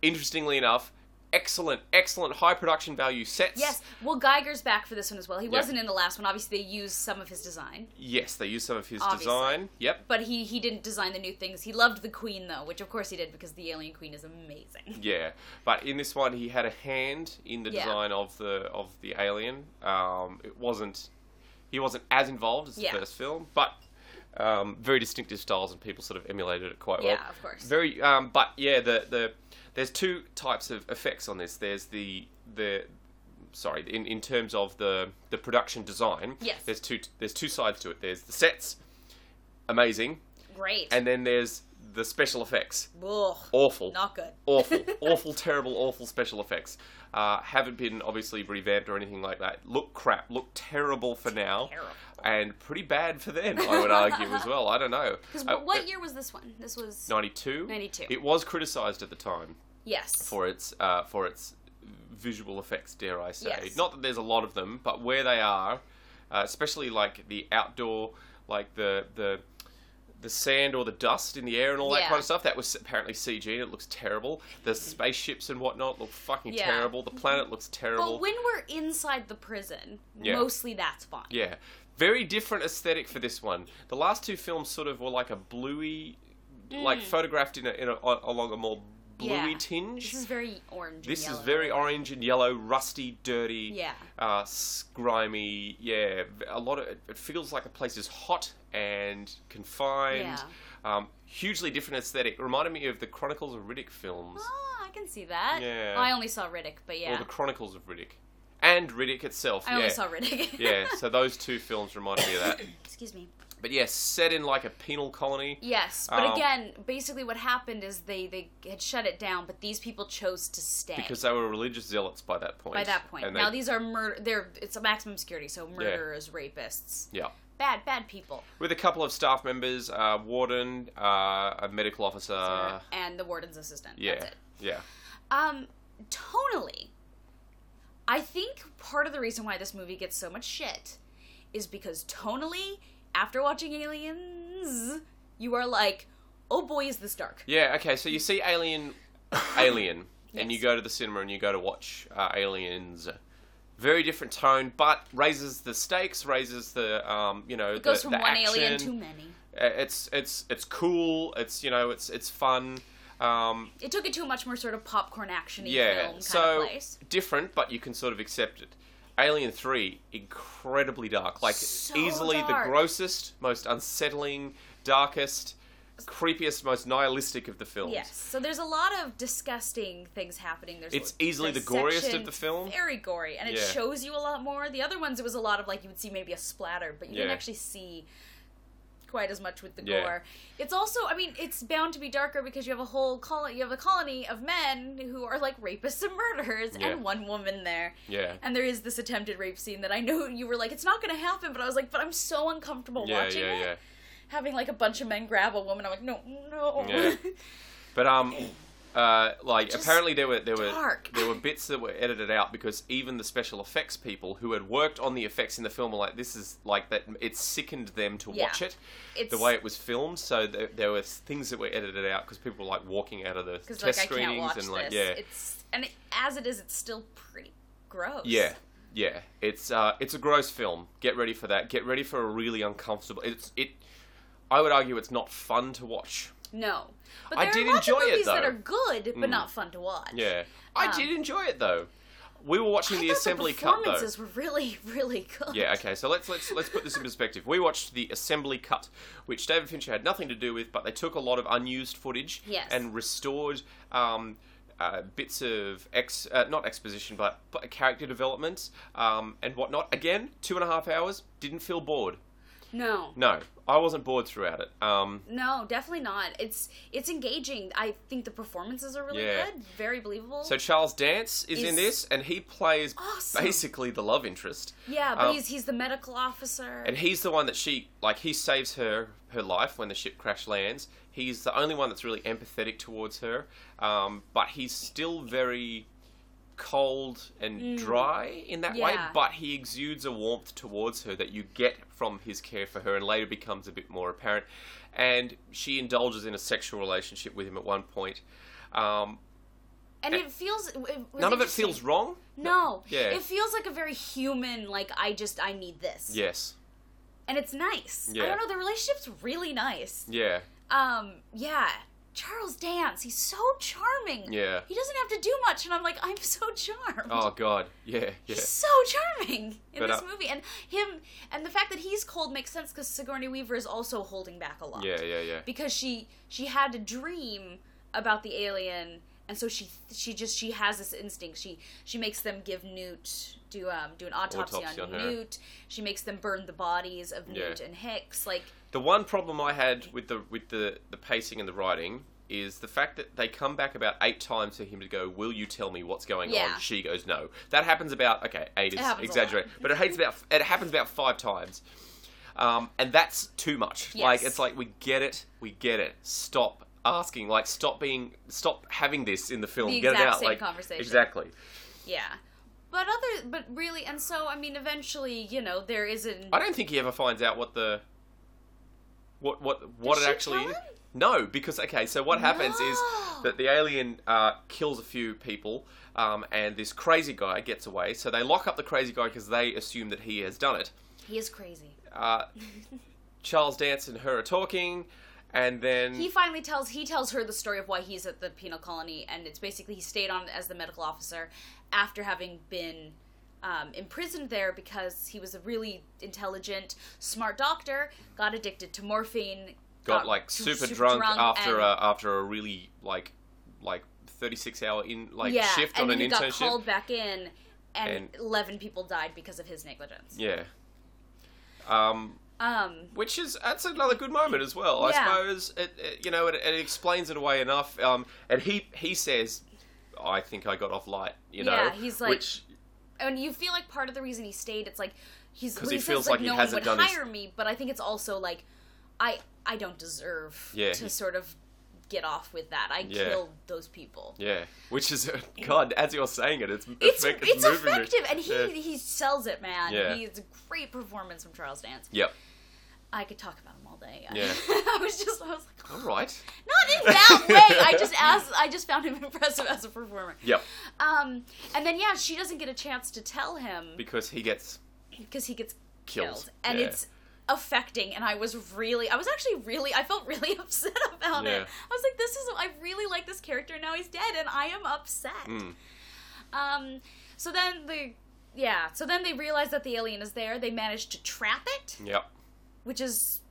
S1: Interestingly enough, excellent, excellent high production value sets.
S2: Yes. Well, Geiger's back for this one as well. He
S1: Yeah.
S2: wasn't in the last one. Obviously, they used some of his design,
S1: Yes, they used some of his
S2: Obviously.
S1: design. Yep.
S2: but he he didn't design the new things. He loved the Queen though, which of course he did because the Alien Queen is amazing.
S1: Yeah, but in this one, he had a hand in the
S2: Yeah.
S1: design of the of the alien. Um, it wasn't he wasn't as involved as the
S2: Yeah.
S1: first film, but um, very distinctive styles and people sort of emulated it quite well.
S2: Yeah, of course.
S1: Very, um, but yeah, the the there's two types of effects on this. There's the the sorry in, in terms of the the production design.
S2: Yes.
S1: There's two there's two sides to it. There's the sets, amazing,
S2: Great.
S1: and then there's the special effects.
S2: Ugh,
S1: Awful.
S2: not good.
S1: awful, awful, terrible, awful special effects. Uh, haven't been obviously revamped or anything like that. Look crap, look terrible for now,
S2: Terrible.
S1: and pretty bad for them. I would argue as well. I don't know.
S2: Because
S1: Uh,
S2: what year was this one? This was
S1: Ninety-two.
S2: 92.
S1: It was criticised at the time
S2: yes.
S1: for its uh, for its visual effects. Dare I say?
S2: Yes.
S1: Not that there's a lot of them, but where they are, uh, especially like the outdoor, like the the the sand or the dust in the air and all that
S2: Yeah.
S1: kind of stuff. That was apparently CG and it looks terrible. The spaceships and whatnot look fucking
S2: Yeah.
S1: terrible. The planet looks terrible.
S2: But when we're inside the prison,
S1: Yeah.
S2: mostly that's fine.
S1: yeah, very different aesthetic for this one. The last two films sort of were like a bluey, like photographed in a, in a along a more bluey
S2: Mm. Yeah.
S1: tinge.
S2: This is very orange.
S1: This
S2: and
S1: is
S2: yellow.
S1: very orange and yellow, rusty, dirty,
S2: Yeah.
S1: uh, grimy. Yeah, v- a lot of it, it feels like the place is hot and confined. Um, hugely different aesthetic. Reminded me of the Chronicles of Riddick films,
S2: Ah, I can see that.
S1: Yeah.
S2: Oh, I only saw Riddick, but
S1: or
S2: yeah,
S1: the Chronicles of Riddick, and Riddick itself.
S2: I
S1: yeah,
S2: only saw Riddick.
S1: yeah. So those two films reminded me of that.
S2: Excuse me.
S1: But yes, set in like a penal colony.
S2: Yes, but
S1: Um,
S2: again, basically what happened is they they had shut it down, but these people chose to stay.
S1: Because they were religious zealots by that point.
S2: by that point,
S1: And
S2: now
S1: they-
S2: these are murder. They're it's a maximum security, so murderers, rapists,
S1: yeah.
S2: bad bad people,
S1: With a couple of staff members, uh, warden, uh, a medical officer.
S2: and the warden's assistant.
S1: Uh, Yeah.
S2: That's it.
S1: Yeah.
S2: Um, tonally, I think part of the reason why this movie gets so much shit is because tonally, after watching Aliens, you are like, oh boy, is this dark.
S1: Yeah, okay, so you see Alien Alien and you
S2: Yes.
S1: go to the cinema and you go to watch uh, Aliens. Very different tone, but raises the stakes, raises the um, you know,
S2: It goes
S1: the,
S2: from
S1: the
S2: one alien
S1: action.
S2: to many.
S1: Uh, It's it's it's cool. It's you know, it's it's fun. Um,
S2: It took it to a much more sort of popcorn action
S1: yeah,
S2: film kind
S1: so
S2: of place.
S1: different, but you can sort of accept it. Alien Three, incredibly dark, like
S2: So
S1: easily
S2: dark.
S1: the grossest, most unsettling, darkest, creepiest, most nihilistic of the films.
S2: Yes. So there's a lot of disgusting things happening. There's
S1: It's easily the goriest of the film.
S2: dissection, Very gory, and it
S1: Yeah.
S2: shows you a lot more. The other ones, it was a lot of like you would see maybe a splatter, but you didn't
S1: Yeah.
S2: actually see quite as much with the
S1: Yeah.
S2: gore. It's also, I mean, it's bound to be darker because you have a whole colony. You have a colony of men who are like rapists and murderers,
S1: Yeah.
S2: and one woman there.
S1: Yeah.
S2: And there is this attempted rape scene that I know you were like, it's not going to happen, but I was like, but I'm so uncomfortable
S1: yeah,
S2: watching
S1: yeah,
S2: it.
S1: yeah.
S2: Having like a bunch of men grab a woman, I'm like, no, no.
S1: Yeah. But um, uh, like
S2: Just
S1: apparently there were there were
S2: dark.
S1: there were bits that were edited out because even the special effects people who had worked on the effects in the film were like, this is like that. It sickened them to
S2: Yeah.
S1: watch it,
S2: it's
S1: the way it was filmed. So there, there were things that were edited out because people were like walking out of the
S2: because
S1: test
S2: like I
S1: screenings
S2: can't watch
S1: and like
S2: this.
S1: yeah,
S2: It's and it, as it is, it's still pretty gross.
S1: Yeah, yeah. It's uh, it's a gross film. Get ready for that. Get ready for a really uncomfortable. It's it. I would argue it's not fun to watch.
S2: No, but
S1: I
S2: there
S1: did
S2: are lots
S1: enjoy
S2: of
S1: it,
S2: movies that
S1: though. Mm.
S2: are good but not fun to watch.
S1: Yeah, I
S2: Um,
S1: did enjoy it though. We were watching
S2: I
S1: the
S2: thought
S1: assembly
S2: the
S1: cut though.
S2: performances were really, really good.
S1: Yeah, okay. So let's let's let's put this in perspective. We watched the assembly cut, which David Fincher had nothing to do with, but they took a lot of unused footage
S2: Yes.
S1: and restored um, uh, bits of ex uh, not exposition, but, but character development um, and whatnot. Again, two and a half hours. Didn't feel bored.
S2: No,
S1: No, I wasn't bored throughout it. Um,
S2: no, definitely not. It's it's engaging. I think the performances are really
S1: Yeah.
S2: good, very believable.
S1: so Charles Dance is, in
S2: Is
S1: this, and he plays
S2: awesome.
S1: basically the love interest.
S2: yeah, but
S1: um,
S2: he's he's the medical officer.
S1: And he's the one that she like he saves her her life when the ship crash lands. He's the only one that's really empathetic towards her, um, but he's still very cold and dry in that way.
S2: Mm. Yeah.
S1: But he exudes a warmth towards her that you get from his care for her, and later becomes a bit more apparent. And she indulges in a sexual relationship with him at one point. Um,
S2: and it feels it, was
S1: none of it
S2: interesting.
S1: feels wrong.
S2: No,
S1: Yeah.
S2: it feels like a very human. Like I just I need this.
S1: Yes.
S2: and it's nice. I
S1: Yeah.
S2: don't know, the relationship's really nice.
S1: Yeah.
S2: Um, yeah. Charles Dance, he's so charming.
S1: Yeah.
S2: He doesn't have to do much, and I'm like, I'm so charmed.
S1: Oh God. Yeah. Yeah.
S2: He's so charming in
S1: But,
S2: this
S1: uh,
S2: movie, and him, and the fact that he's cold makes sense because Sigourney Weaver is also holding back a lot.
S1: Yeah. Yeah. Yeah.
S2: Because she she had a dream about the alien, and so she she just she has this instinct. She she makes them give Newt do um do an autopsy,
S1: Autopsy
S2: on,
S1: on her.
S2: Newt. She makes them burn the bodies of
S1: Yeah.
S2: Newt and Hicks. Like
S1: The one problem I had with the with the, the pacing and the writing is the fact that they come back about eight times for him to go, "Will you tell me what's going
S2: Yeah.
S1: on?" She goes, "No." That happens about okay, eight is
S2: happens a
S1: exaggerate, but it happens about it happens about five times, um, and that's too much. Like
S2: Yes.
S1: it's like we get it, we get it. Stop asking. Like stop being stop having this in the film.
S2: The
S1: get
S2: exact
S1: it out.
S2: same
S1: like
S2: conversation.
S1: exactly.
S2: yeah, but other but really, and so I mean, eventually, you know, there is an
S1: I don't think he ever finds out what the what what what
S2: Does
S1: it
S2: she
S1: actually.
S2: tell him?
S1: No, because okay, so what happens is
S2: No.
S1: that the alien uh, kills a few people, um, and this crazy guy gets away. So they lock up the crazy guy because they assume that he has done it.
S2: he is crazy.
S1: Uh, Charles Dance and her are talking, and then
S2: He finally tells he tells her the story of why he's at the penal colony, and it's basically he stayed on as the medical officer after having been um, imprisoned there because he was a really intelligent, smart doctor. Got addicted to morphine.
S1: got like
S2: too-
S1: super, drunk, after
S2: and-
S1: a after a really like like thirty six hour in like
S2: yeah,
S1: shift on
S2: and
S1: an
S2: then he got
S1: internship.
S2: called back in, and,
S1: And-
S2: eleven people died because of his negligence.
S1: Yeah. Um,
S2: Um,
S1: which is that's another good moment as well. I
S2: Yeah.
S1: suppose it, it you know it, it explains it away enough. Um, and he he says, "I think I got off light." You know,
S2: Yeah, he's like-
S1: which
S2: and you feel like part of the reason he stayed it's like he's
S1: 'Cause
S2: well,
S1: he
S2: says,
S1: feels like he
S2: no
S1: hasn't
S2: one
S1: done
S2: would
S1: his-
S2: hire me but i think it's also like i i don't deserve
S1: Yeah,
S2: to
S1: he-
S2: sort of get off with that i
S1: Yeah.
S2: killed those people
S1: yeah, which is God. As you're saying it, it's
S2: it's
S1: effect-
S2: it's
S1: moving me.
S2: effective and he
S1: Yeah.
S2: he sells it man
S1: Yeah.
S2: he's a great performance from charles dance
S1: Yep.
S2: i could talk about him all day
S1: Yeah.
S2: i was just i was like
S1: All right.
S2: not in that way i just asked i just found him impressive as a performer
S1: Yep.
S2: um and then yeah she doesn't get a chance to tell him
S1: Because he gets
S2: because he gets
S1: Killed,
S2: killed, and
S1: yeah.
S2: it's affecting and i was really i was actually really i felt really upset about
S1: Yeah.
S2: it i was like this is i really like this character and now he's dead and i am upset
S1: Mm.
S2: um so then the yeah so then they realize that the alien is there they manage to trap it
S1: yep.
S2: which is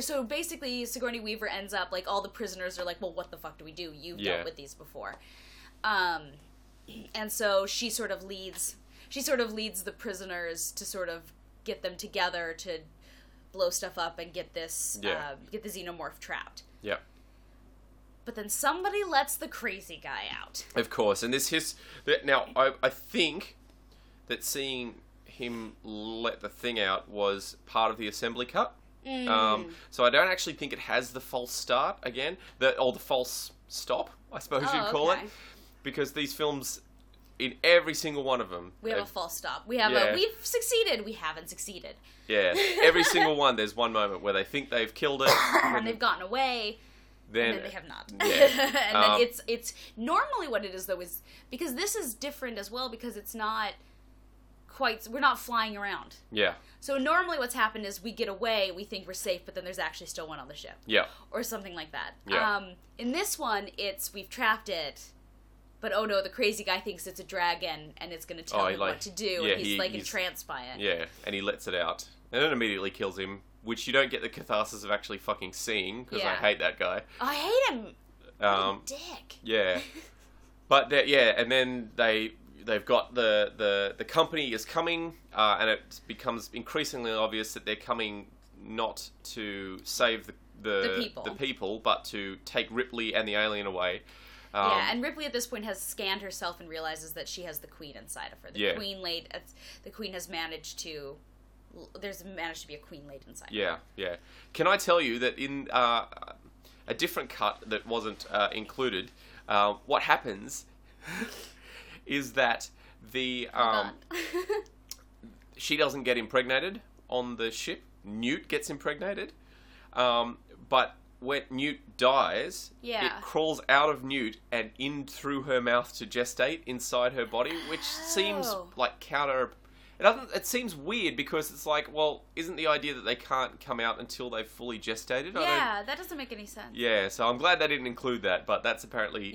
S2: so basically Sigourney Weaver ends up like all the prisoners are like, well, what the fuck do we do? You've
S1: Yeah.
S2: dealt with these before, um, and so she sort of leads she sort of leads the prisoners to sort of get them together to blow stuff up and get this
S1: Yeah.
S2: uh, get the xenomorph trapped.
S1: Yep.
S2: But then somebody lets the crazy guy out.
S1: Of course, and this his that- now. I, I think that seeing him let the thing out was part of the assembly cut.
S2: Mm.
S1: Um, so I don't actually think it has the false start again, the or the false stop, I suppose
S2: Oh,
S1: you'd call
S2: okay.
S1: it, because these films, in every single one of them,
S2: We have a false stop. We have
S1: Yeah.
S2: a we've succeeded. We haven't succeeded,
S1: yeah, every single one. There's one moment where they think they've killed it,
S2: and they've gotten away.
S1: then
S2: and then they have not.
S1: Yeah.
S2: and then
S1: Um,
S2: it's it's normally what it is though is because this is different as well because it's not quite we're not flying around.
S1: yeah,
S2: So normally what's happened is we get away, we think we're safe, but then there's actually still one on the ship
S1: yeah,
S2: or something like that.
S1: Yeah.
S2: Um, in this one, it's we've trapped it. But oh no, the crazy guy thinks it's a dragon and it's going to tell
S1: Oh, he,
S2: him
S1: like-
S2: what to do,
S1: yeah,
S2: and he's
S1: he-
S2: like
S1: he's-
S2: entranced by it.
S1: yeah, and he lets it out, and it immediately kills him, which you don't get the catharsis of actually fucking seeing because I
S2: Yeah.
S1: hate that guy.
S2: Oh, I hate him, What a
S1: Um,
S2: dick.
S1: Yeah. But that yeah, and then they they've got the the the company is coming, uh, and it becomes increasingly obvious that they're coming not to save the the,
S2: The people.
S1: people, but to take Ripley and the alien away. Um,
S2: Yeah, and Ripley at this point has scanned herself and realizes that she has the queen inside of her. The
S1: Yeah.
S2: queen laid, uh, the queen has managed to. There's managed to be a queen laid inside.
S1: yeah, yeah. Can I tell you that in uh, a different cut that wasn't uh, included, uh, what happens is that the
S2: Uh,
S1: um, she doesn't get impregnated on the ship. Newt gets impregnated, um, but when Newt dies,
S2: Yeah.
S1: it crawls out of Newt and in through her mouth to gestate inside her body, which seems
S2: Oh.
S1: like counter. It doesn't. It seems weird because it's like, well, isn't the idea that they can't come out until they've fully gestated? I don't,
S2: yeah, that doesn't make any sense. Yeah,
S1: yeah. So I'm glad they didn't include that, but that's apparently.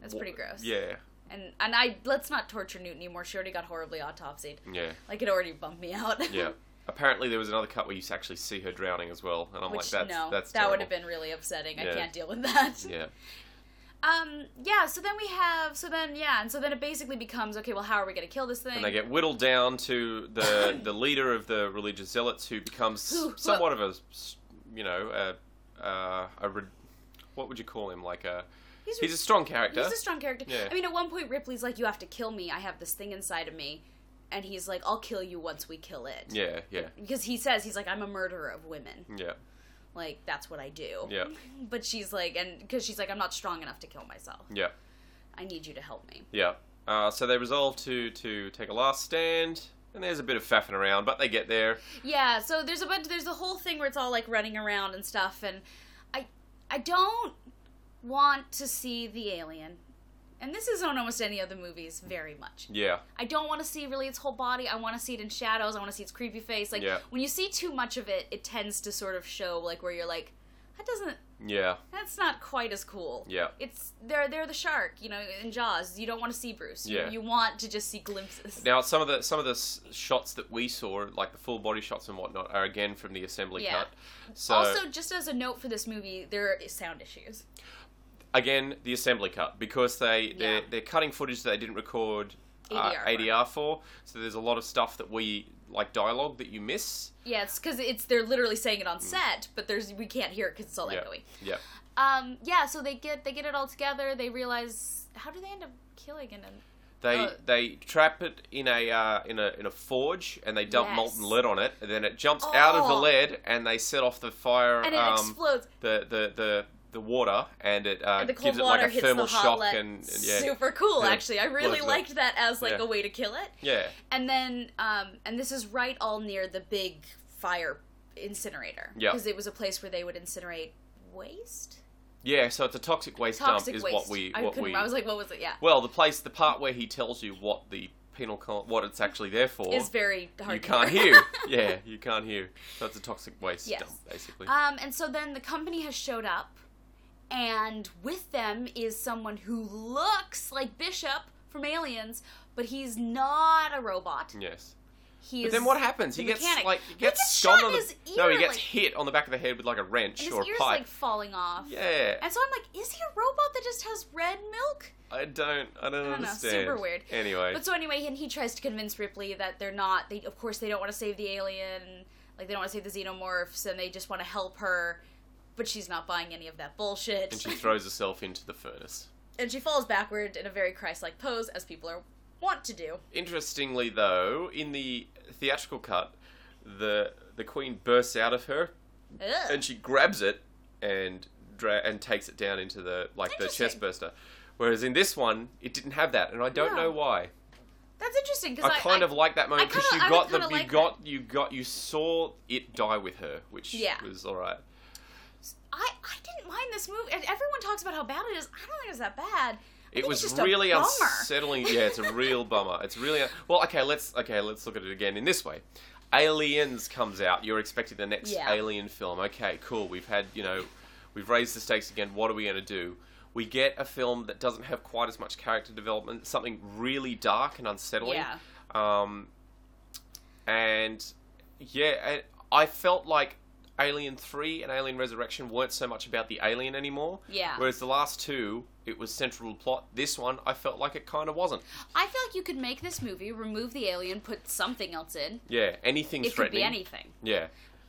S2: that's pretty gross.
S1: Yeah.
S2: and and I let's not torture Newt anymore. She already got horribly autopsied.
S1: Yeah.
S2: Like it already bumped me out.
S1: Mm. Yeah. Apparently, there was another cut where you actually see her drowning as well, and I'm
S2: Which
S1: like, that's
S2: no,
S1: that's
S2: that would
S1: terrible.
S2: have been really upsetting.
S1: Yeah.
S2: I can't deal with that.
S1: Yeah.
S2: Um, yeah, so then we have, so then, yeah, and so then it basically becomes, okay, well, how are we going to kill this thing?
S1: And they get whittled down to the the leader of the religious zealots, who becomes
S2: Who- who-
S1: somewhat of a, s- you know, a, uh, a re- what would you call him? Like a
S2: He's-
S1: he's a strong character.
S2: He's a strong character.
S1: Yeah.
S2: I mean, at one point, Ripley's like, "You have to kill me. I have this thing inside of me," and he's like, "I'll kill you once we kill it."
S1: yeah, yeah,
S2: Because he says he's like, "I'm a murderer of women.
S1: yeah,
S2: Like that's what I do."
S1: Yeah.
S2: But she's like, and because she's like, "I'm not strong enough to kill myself.
S1: yeah,
S2: I need you to help me."
S1: yeah. Uh, so they resolve to to take a last stand, and there's a bit of faffing around, but they get there.
S2: Yeah. So there's a bunch. There's the whole thing where it's all like running around and stuff, and I, I don't want to see the alien. And this is on almost any of the movies very much.
S1: Yeah,
S2: I don't want to see really its whole body. I want to see it in shadows. I want to see its creepy face. Like
S1: Yeah.
S2: when you see too much of it, it tends to sort of show like where you're like, that doesn't.
S1: yeah,
S2: That's not quite as cool.
S1: Yeah.
S2: It's they're they're the shark, you know, in Jaws. You don't want to see Bruce. You-
S1: Yeah.
S2: You, want to just see glimpses.
S1: Now, some of the some of the s- shots that we saw, like the full body shots and whatnot, are again from the assembly
S2: Yeah.
S1: cut. So
S2: also, just as a note for this movie, there are sound issues.
S1: again, the assembly cut because they they're,
S2: Yeah.
S1: they're cutting footage that they didn't record uh,
S2: ADR for.
S1: ADR for. So there's a lot of stuff that we like dialogue that you miss.
S2: Yes, because it's they're literally saying it on set, but there's we can't hear it because it's all
S1: Mm. yeah,
S2: echoey.
S1: yeah.
S2: Um, yeah. So they get they get it all together. They realize how do they end up killing it? And
S1: They
S2: Oh.
S1: they trap it in a uh, in a in a forge and they dump
S2: Yes.
S1: molten lead on it and then it jumps out of the
S2: Oh.
S1: lead and they set off the fire
S2: and it
S1: um,
S2: explodes.
S1: the the the the water and it uh,
S2: and the cold
S1: gives it
S2: water
S1: like a
S2: hits
S1: thermal
S2: the hot
S1: shock
S2: lead.
S1: and, and yeah
S2: super cool
S1: Yeah.
S2: actually i really
S1: Blows it up.
S2: liked that as like
S1: Yeah.
S2: a way to kill it
S1: yeah
S2: and then um and this is right all near the big fire incinerator
S1: Yeah.
S2: because it was a place where they would incinerate waste
S1: yeah so it's a toxic waste
S2: toxic
S1: dump is
S2: waste
S1: what we
S2: I,
S1: what
S2: couldn't-
S1: we
S2: I was like what was it yeah
S1: Well, the place, the part where he tells you what the penal co- what it's actually there for,
S2: is very hard
S1: you
S2: to
S1: can't hear. yeah, you can't hear. So it's a toxic waste
S2: Yes.
S1: dump, basically.
S2: um and so then the company has showed up and with them is someone who looks like bishop from aliens but he's not a robot
S1: yes.
S2: he
S1: But
S2: is
S1: then what happens?
S2: the
S1: He gets
S2: mechanic.
S1: like he
S2: But he
S1: gets,
S2: gets
S1: stunned
S2: shot
S1: on
S2: in
S1: the
S2: his
S1: no, he
S2: ear,
S1: gets
S2: like-
S1: hit on the back of the head with like a wrench
S2: and
S1: or
S2: his
S1: a
S2: ears
S1: pipe.
S2: like falling off
S1: yeah,
S2: And so I'm like, is he a robot that just has red milk?
S1: I don't, I don't
S2: don't know, super
S1: understand.
S2: weird.
S1: Anyway,
S2: But so anyway, and he tries to convince Ripley that they're not. They of course they don't want to save the alien, like they don't want to save the xenomorphs, and they just want to help her. But she's not buying any of that bullshit.
S1: and she throws herself into the furnace.
S2: And she falls backward in a very Christ-like pose, as people are want to do.
S1: Interestingly, though, in the theatrical cut, the the queen bursts out of her
S2: Ugh.
S1: and she grabs it and dra- and takes it down into the like the
S2: Interesting.
S1: chest burster. Whereas in this one, it didn't have that, and I don't
S2: No.
S1: know why.
S2: That's interesting because
S1: I, kind of like that moment
S2: I
S1: because you
S2: kinda- I
S1: got
S2: would
S1: the
S2: kinda
S1: you
S2: like
S1: got you got you saw it die with her, which
S2: Yeah.
S1: was all right.
S2: I, I didn't mind this movie. And Everyone talks about how bad it is. I don't think it's that bad. I think
S1: It
S2: it's
S1: was
S2: just a
S1: really
S2: bummer.
S1: unsettling. Yeah, it's a real bummer. It's really un- well. Okay, let's okay let's look at it again in this way. Aliens comes out. You're expecting the next
S2: Yeah.
S1: Alien film. Okay, cool. We've had you know, we've raised the stakes again. What are we going to do? We get a film that doesn't have quite as much character development. Something really dark and unsettling.
S2: Yeah.
S1: Um, and yeah, I, I felt like Alien Three and Alien Resurrection weren't so much about the alien anymore.
S2: Yeah.
S1: Whereas the last two, it was central plot. This one, I felt like it kind of wasn't.
S2: I feel like you could make this movie, remove the alien, put something else in.
S1: Yeah, anything
S2: It could
S1: threatening.
S2: be anything.
S1: Yeah,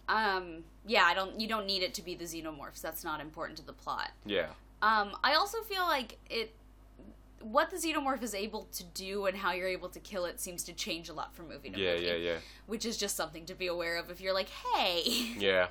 S2: Um, yeah, I don't. You don't need it to be the xenomorphs. That's not important to the plot.
S1: yeah,
S2: Um, I also feel like it. What the xenomorph is able to do and how you're able to kill it seems to change a lot from movie to
S1: yeah,
S2: movie.
S1: yeah, yeah,
S2: Which is just something to be aware of if you're like, hey,
S1: yeah.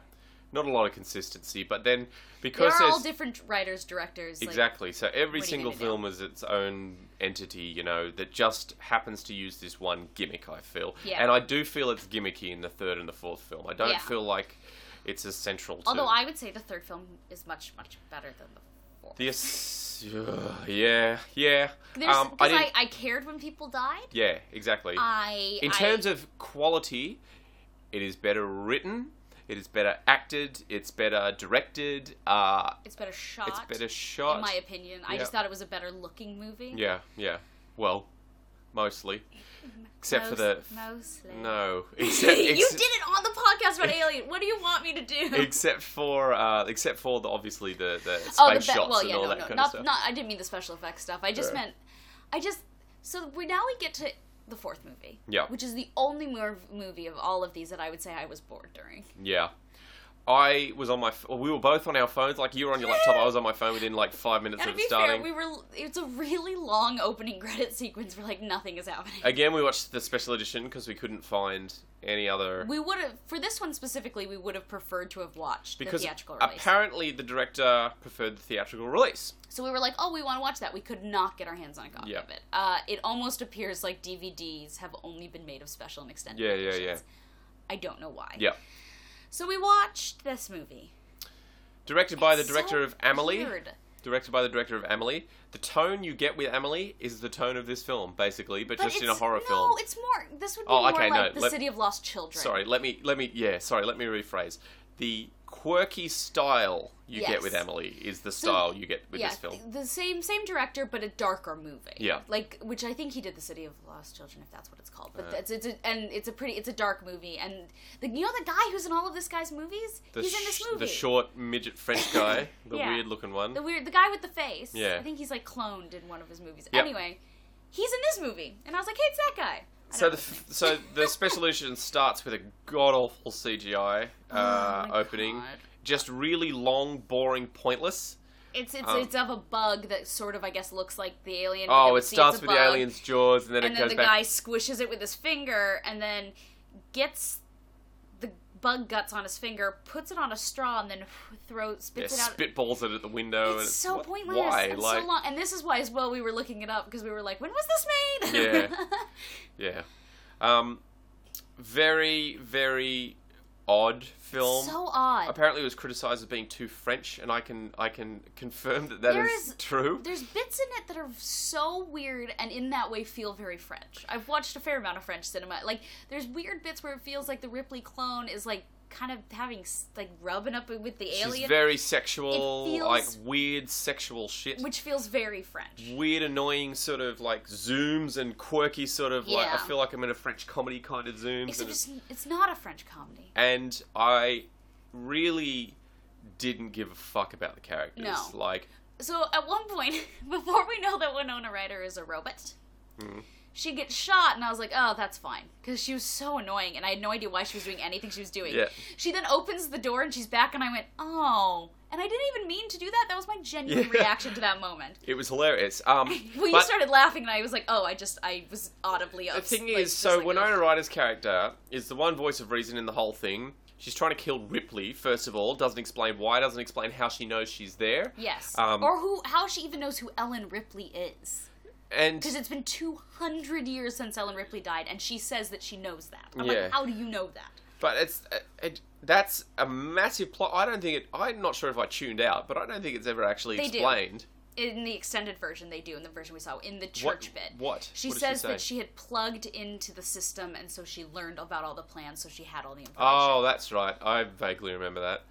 S1: Not a lot of consistency, but then
S2: there
S1: because
S2: are
S1: there's
S2: all different writers, directors.
S1: exactly so every
S2: what are you
S1: single
S2: gonna do?
S1: film is its own entity, you know, that just happens to use this one gimmick. I feel,
S2: Yeah.
S1: and I do feel it's gimmicky in the third and the fourth film. I don't
S2: Yeah.
S1: feel like it's as central. To
S2: Like, although I would say the third film is much much better than the fourth.
S1: this, yeah, yeah.
S2: There's
S1: um,
S2: because
S1: didn't-
S2: I, I cared when people died.
S1: Yeah, exactly.
S2: I
S1: In
S2: I-
S1: terms of quality, it is better written, it is better acted, it's better directed, uh,
S2: it's better shot.
S1: it's better
S2: in
S1: shot.
S2: my opinion. I
S1: Yeah.
S2: just thought it was a better looking movie.
S1: yeah, yeah. Well, mostly, except for the
S2: mostly.
S1: no,
S2: you
S1: except
S2: did
S1: ex-
S2: it on the podcast about Alien. What do you want me to do?
S1: except for uh, except for the obviously the the space
S2: oh, the be-
S1: shots
S2: well,
S1: and
S2: yeah,
S1: all
S2: no,
S1: that
S2: no,
S1: kind
S2: not,
S1: of stuff.
S2: not. I didn't mean the special effects stuff. I just
S1: Yeah.
S2: meant, I just. So we now we get to the fourth movie.
S1: Yeah.
S2: Which is the only mov- movie of all of these that I would say I was bored during.
S1: Yeah. I was on my. F- we were both on our phones. Like you were on your laptop. I was on my phone within like five minutes
S2: And
S1: of it
S2: to be
S1: starting.
S2: fair, we were. It's a really long opening credit sequence where like nothing is happening.
S1: Again, we watched the special edition because we couldn't find any other.
S2: we would have for this one specifically. We would have preferred to have watched
S1: Because
S2: the theatrical release.
S1: apparently the director preferred the theatrical release.
S2: So we were like, oh, we want to watch that. We could not get our hands on a copy
S1: Yeah.
S2: of it. Uh, it almost appears like DVDs have only been made of special and extended.
S1: Yeah, yeah,
S2: editions. I don't know why.
S1: Yeah.
S2: So we watched this movie.
S1: Directed by
S2: So
S1: the director of Amelie.
S2: weird.
S1: Directed by the director of Amelie. The tone you get with Amelie is the tone of this film, basically, but,
S2: But
S1: just in a
S2: it's-
S1: horror
S2: no,
S1: film.
S2: it's more. This would be
S1: Oh,
S2: more
S1: okay, no,
S2: like The
S1: let-
S2: City of Lost Children.
S1: Sorry, let me let me yeah, sorry, let me rephrase. The quirky style you
S2: Yes.
S1: get with Emily is the style you get with
S2: yeah,
S1: this film.
S2: the same same director, but a darker movie.
S1: Yeah.
S2: like which I think he did the City of Lost Children, if that's what it's called.
S1: Uh.
S2: But that's, it's a, and it's a pretty it's a dark movie, and the, you know the guy who's in all of this guy's movies,
S1: The,
S2: he's in this
S1: sh-
S2: movie.
S1: the short midget French guy, the
S2: Yeah.
S1: weird looking one.
S2: The weird, the guy with the face.
S1: Yeah.
S2: I think he's like cloned in one of his movies.
S1: Yep.
S2: Anyway, he's in this movie, and I was like, hey, it's that guy. I
S1: So
S2: don't
S1: the f- so the special edition starts with a god awful CGI uh,
S2: Oh my
S1: opening,
S2: God.
S1: just really long, boring, pointless.
S2: know. it's it's
S1: um,
S2: it's of a bug that sort of I guess looks like the alien. We
S1: Oh,
S2: don't
S1: it
S2: see
S1: starts
S2: it's a
S1: with the
S2: bug,
S1: alien's jaws, and then
S2: and
S1: it
S2: then
S1: goes
S2: the
S1: back.
S2: guy squishes it with his finger, and then gets the bug guts on his finger, puts it on a straw, and then throws
S1: yeah,
S2: spits it out.
S1: spitballs it at the window. and
S2: it's so
S1: what-
S2: pointless.
S1: Why?
S2: And
S1: like,
S2: so long. And this is why, as well, we were looking it up because we were like, when was this made?
S1: Yeah. yeah, um, very very odd film.
S2: so odd.
S1: Apparently, it was criticized as being too French, and I can I can confirm that that
S2: There
S1: is
S2: is-
S1: true.
S2: There's bits in it that are so weird and in that way feel very French. I've watched a fair amount of French cinema. Like there's weird bits where it feels like the Ripley clone is like kind of having s- like rubbing up with the
S1: She's
S2: alien,
S1: very sexual,
S2: It feels-
S1: like weird sexual shit.
S2: which feels very French.
S1: weird, annoying sort of like zooms and quirky sort of like I
S2: Yeah.
S1: feel like I'm in a French comedy kind of zooms.
S2: Except
S1: And,
S2: it's, it's not a French comedy.
S1: and I really didn't give a fuck about the characters.
S2: No.
S1: Like,
S2: So at one point, before we know that Winona Ryder is a robot,
S1: Hmm.
S2: she gets shot, and I was like, "Oh, that's fine," because she was so annoying, and I had no idea why she was doing anything she was doing.
S1: Yeah.
S2: She then opens the door, and she's back, and I went, "Oh," and I didn't even mean to do that. That was my genuine
S1: Yeah.
S2: reaction to that moment.
S1: it was hilarious. Um,
S2: Well, you
S1: but
S2: started laughing, and I was like, "Oh, I just, I was audibly."
S1: the thing is, so Winona Ryder's character is the one voice of reason in the whole thing. She's trying to kill Ripley. First of all, doesn't explain why. Doesn't explain how she knows she's there.
S2: Yes,
S1: Um,
S2: or who? How she even knows who Ellen Ripley is?
S1: and
S2: Because it's been two hundred years since Ellen Ripley died, and she says that she knows that. I'm
S1: Yeah.
S2: like, how do you know that?
S1: But it's uh, it, that's a massive plot. I don't think it. I'm not sure if I tuned out, but I don't think it's ever actually
S2: They do.
S1: explained.
S2: in the extended version they do in the version we saw in the
S1: What-
S2: church bit
S1: what?
S2: she
S1: What did she
S2: says
S1: say?
S2: that she had plugged into the system and so she learned about all the plans so she had all the information
S1: Oh, that's right. I vaguely remember that.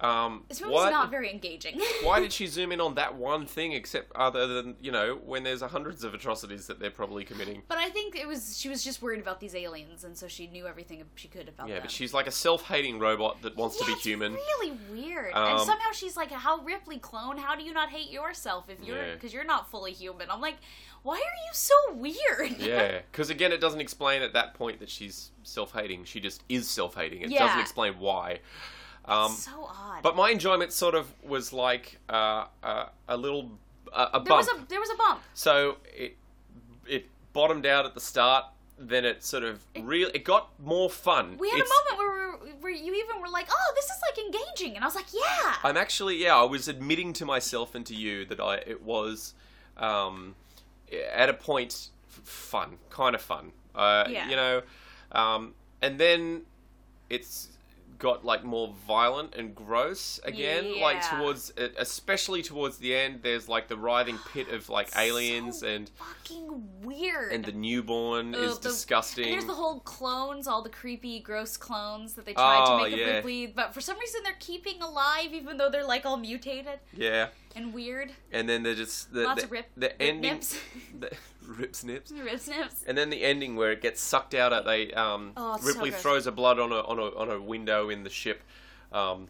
S1: Um,
S2: this movie's
S1: what?
S2: not very engaging
S1: Why did she zoom in on that one thing? Except other than you know, when there's hundreds of atrocities that they're probably committing.
S2: but i think it was she was just worried about these aliens and so she knew everything she could about
S1: Yeah,
S2: them
S1: but she's like a self-hating robot that wants
S2: Yeah,
S1: to be
S2: it's
S1: human.
S2: really weird and
S1: Um,
S2: somehow she's like how ripley clone how do you not hate yourself if you're
S1: Yeah.
S2: because you're not fully human i'm like why are you so weird
S1: Yeah, because again, it doesn't explain at that point that she's self-hating. She just is self-hating. It
S2: Yeah.
S1: doesn't explain why. Um,
S2: so odd
S1: But my enjoyment sort of was like uh, uh, a little uh, a
S2: there
S1: bump.
S2: was a there was a bump
S1: So it it bottomed out at the start. Then it sort of real. It got more fun.
S2: We had
S1: It's-
S2: a moment where, we were, where you even were like, "Oh, this is like engaging," and I was like, "Yeah."
S1: I'm actually yeah. I was admitting to myself and to you that I it was um, at a point f- fun, kind of fun. Uh,
S2: Yeah.
S1: You know, um, and then it's got like more violent and gross again like
S2: Yeah.
S1: towards e, especially towards the end there's like the writhing pit of like aliens
S2: So
S1: and
S2: fucking weird.
S1: and the newborn
S2: Ugh,
S1: is
S2: the-
S1: disgusting
S2: And there's the whole clones, all the creepy, gross clones that they tried
S1: Oh,
S2: to make
S1: yeah.
S2: of Ripley, but for some reason they're keeping alive, even though they're like all mutated
S1: yeah
S2: and weird.
S1: and then they're just the,
S2: Lots
S1: the,
S2: of rip-
S1: the
S2: rip
S1: ending
S2: nips.
S1: the, Rip snips.
S2: Rib snips.
S1: And then the ending where it gets sucked out at they um,
S2: Oh, it's so
S1: Ripley
S2: gross.
S1: throws her blood on a on a on a window in the ship, um,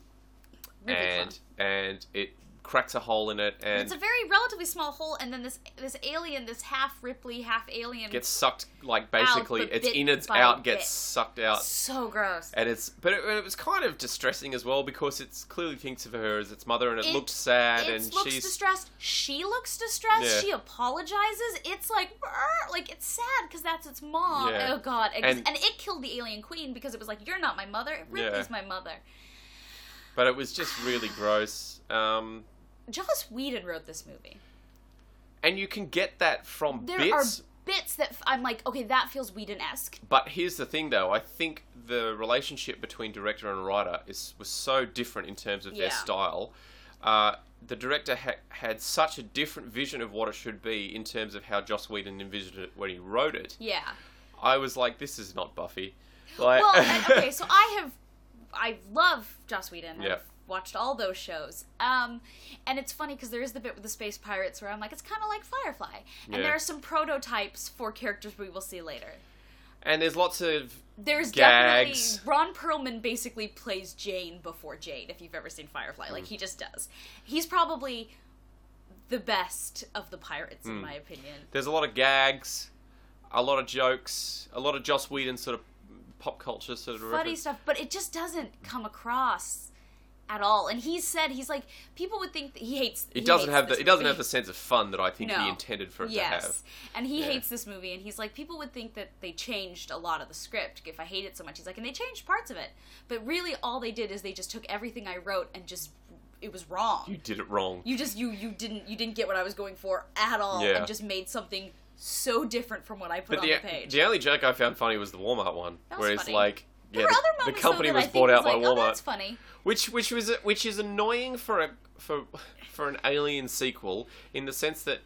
S2: Really
S1: and and it cracks a hole in it and
S2: It's a very relatively small hole, and then this this alien, this half Ripley, half alien,
S1: gets sucked like basically
S2: but
S1: it's
S2: bit
S1: in it's
S2: by
S1: out
S2: bit.
S1: gets sucked out
S2: so gross.
S1: and it's but it, it was kind of distressing as well because it's clearly thinks of her as its mother and it,
S2: It-
S1: looked sad
S2: It
S1: and
S2: looks
S1: she's
S2: distressed. She looks distressed.
S1: Yeah.
S2: She apologizes. It's like, "Brr," like it's sad because that's its mom.
S1: Yeah.
S2: Oh god, and, 'cause-
S1: And-
S2: and it killed the alien queen because it was like, you're not my mother. Ripley's my mother.
S1: but it was just really gross. Um,
S2: Joss Whedon wrote this movie.
S1: and you can get that from
S2: There
S1: bits.
S2: are bits that f- I'm like, okay, that feels Whedon esque.
S1: But here's the thing, though. I think the relationship between director and writer is was so different in terms of their
S2: Yeah.
S1: style. Uh, the director ha- had such a different vision of what it should be in terms of how Joss Whedon envisioned it when he wrote it.
S2: Yeah.
S1: I was like, this is not Buffy. Like,
S2: Well, and- okay, so I have, I love Joss Whedon.
S1: Yeah.
S2: I've watched all those shows. Um, and it's funny because there is the bit with the space pirates where I'm like, it's kind of like Firefly, and
S1: Yeah.
S2: there are some prototypes for characters we will see later.
S1: and there's lots of
S2: There's
S1: Gags.
S2: definitely Ron Perlman basically plays Jane before Jade. If you've ever seen Firefly,
S1: Hmm.
S2: like he just does. He's probably the best of the pirates,
S1: Hmm.
S2: in my opinion.
S1: there's a lot of gags, a lot of jokes, a lot of Joss Whedon sort of pop culture sort of
S2: funny
S1: reference.
S2: stuff, but it just doesn't come across at all. And he said he's like people would think that he hates.
S1: It doesn't have the it doesn't have the sense of fun that I think
S2: No.
S1: he intended for it to have.
S2: Yes, and he
S1: Yeah.
S2: hates this movie, and he's like, people would think that they changed a lot of the script if I hate it so much. He's like, and they changed parts of it, but really all they did is they just took everything I wrote and just it was wrong.
S1: You did it wrong.
S2: you just you you didn't you didn't get what I was going for at all,
S1: Yeah.
S2: and just made something so different from what I put
S1: But
S2: on
S1: the, e-,
S2: the page.
S1: the only joke I found funny was the Walmart one,
S2: That was
S1: where it's
S2: funny.
S1: like,
S2: there
S1: yeah,
S2: were
S1: the,
S2: other
S1: the
S2: moments
S1: company
S2: though, that
S1: was
S2: I think
S1: bought out
S2: like,
S1: by
S2: Oh,
S1: Walmart,
S2: that's funny.
S1: which which was which is annoying for a for for an Alien sequel in the sense that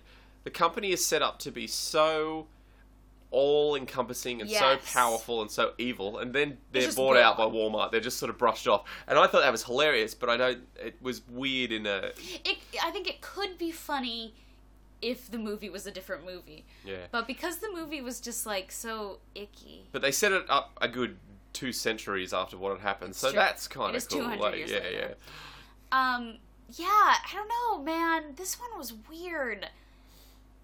S1: the company is set up to be so all encompassing and so
S2: Yes.
S1: powerful and so evil, and then they're
S2: just
S1: bought out by
S2: gone.
S1: Walmart. They're just sort of brushed off, and I thought that was hilarious, but I know it was weird in a
S2: it, I think it could be funny if the movie was a different movie.
S1: yeah.
S2: But because the movie was just like so icky.
S1: But they set it up a good two centuries after what had happened, so
S2: true.
S1: that's kind
S2: It is
S1: of cool.
S2: 200
S1: like,
S2: years
S1: yeah,
S2: later.
S1: yeah.
S2: Um yeah, I don't know, man. This one was weird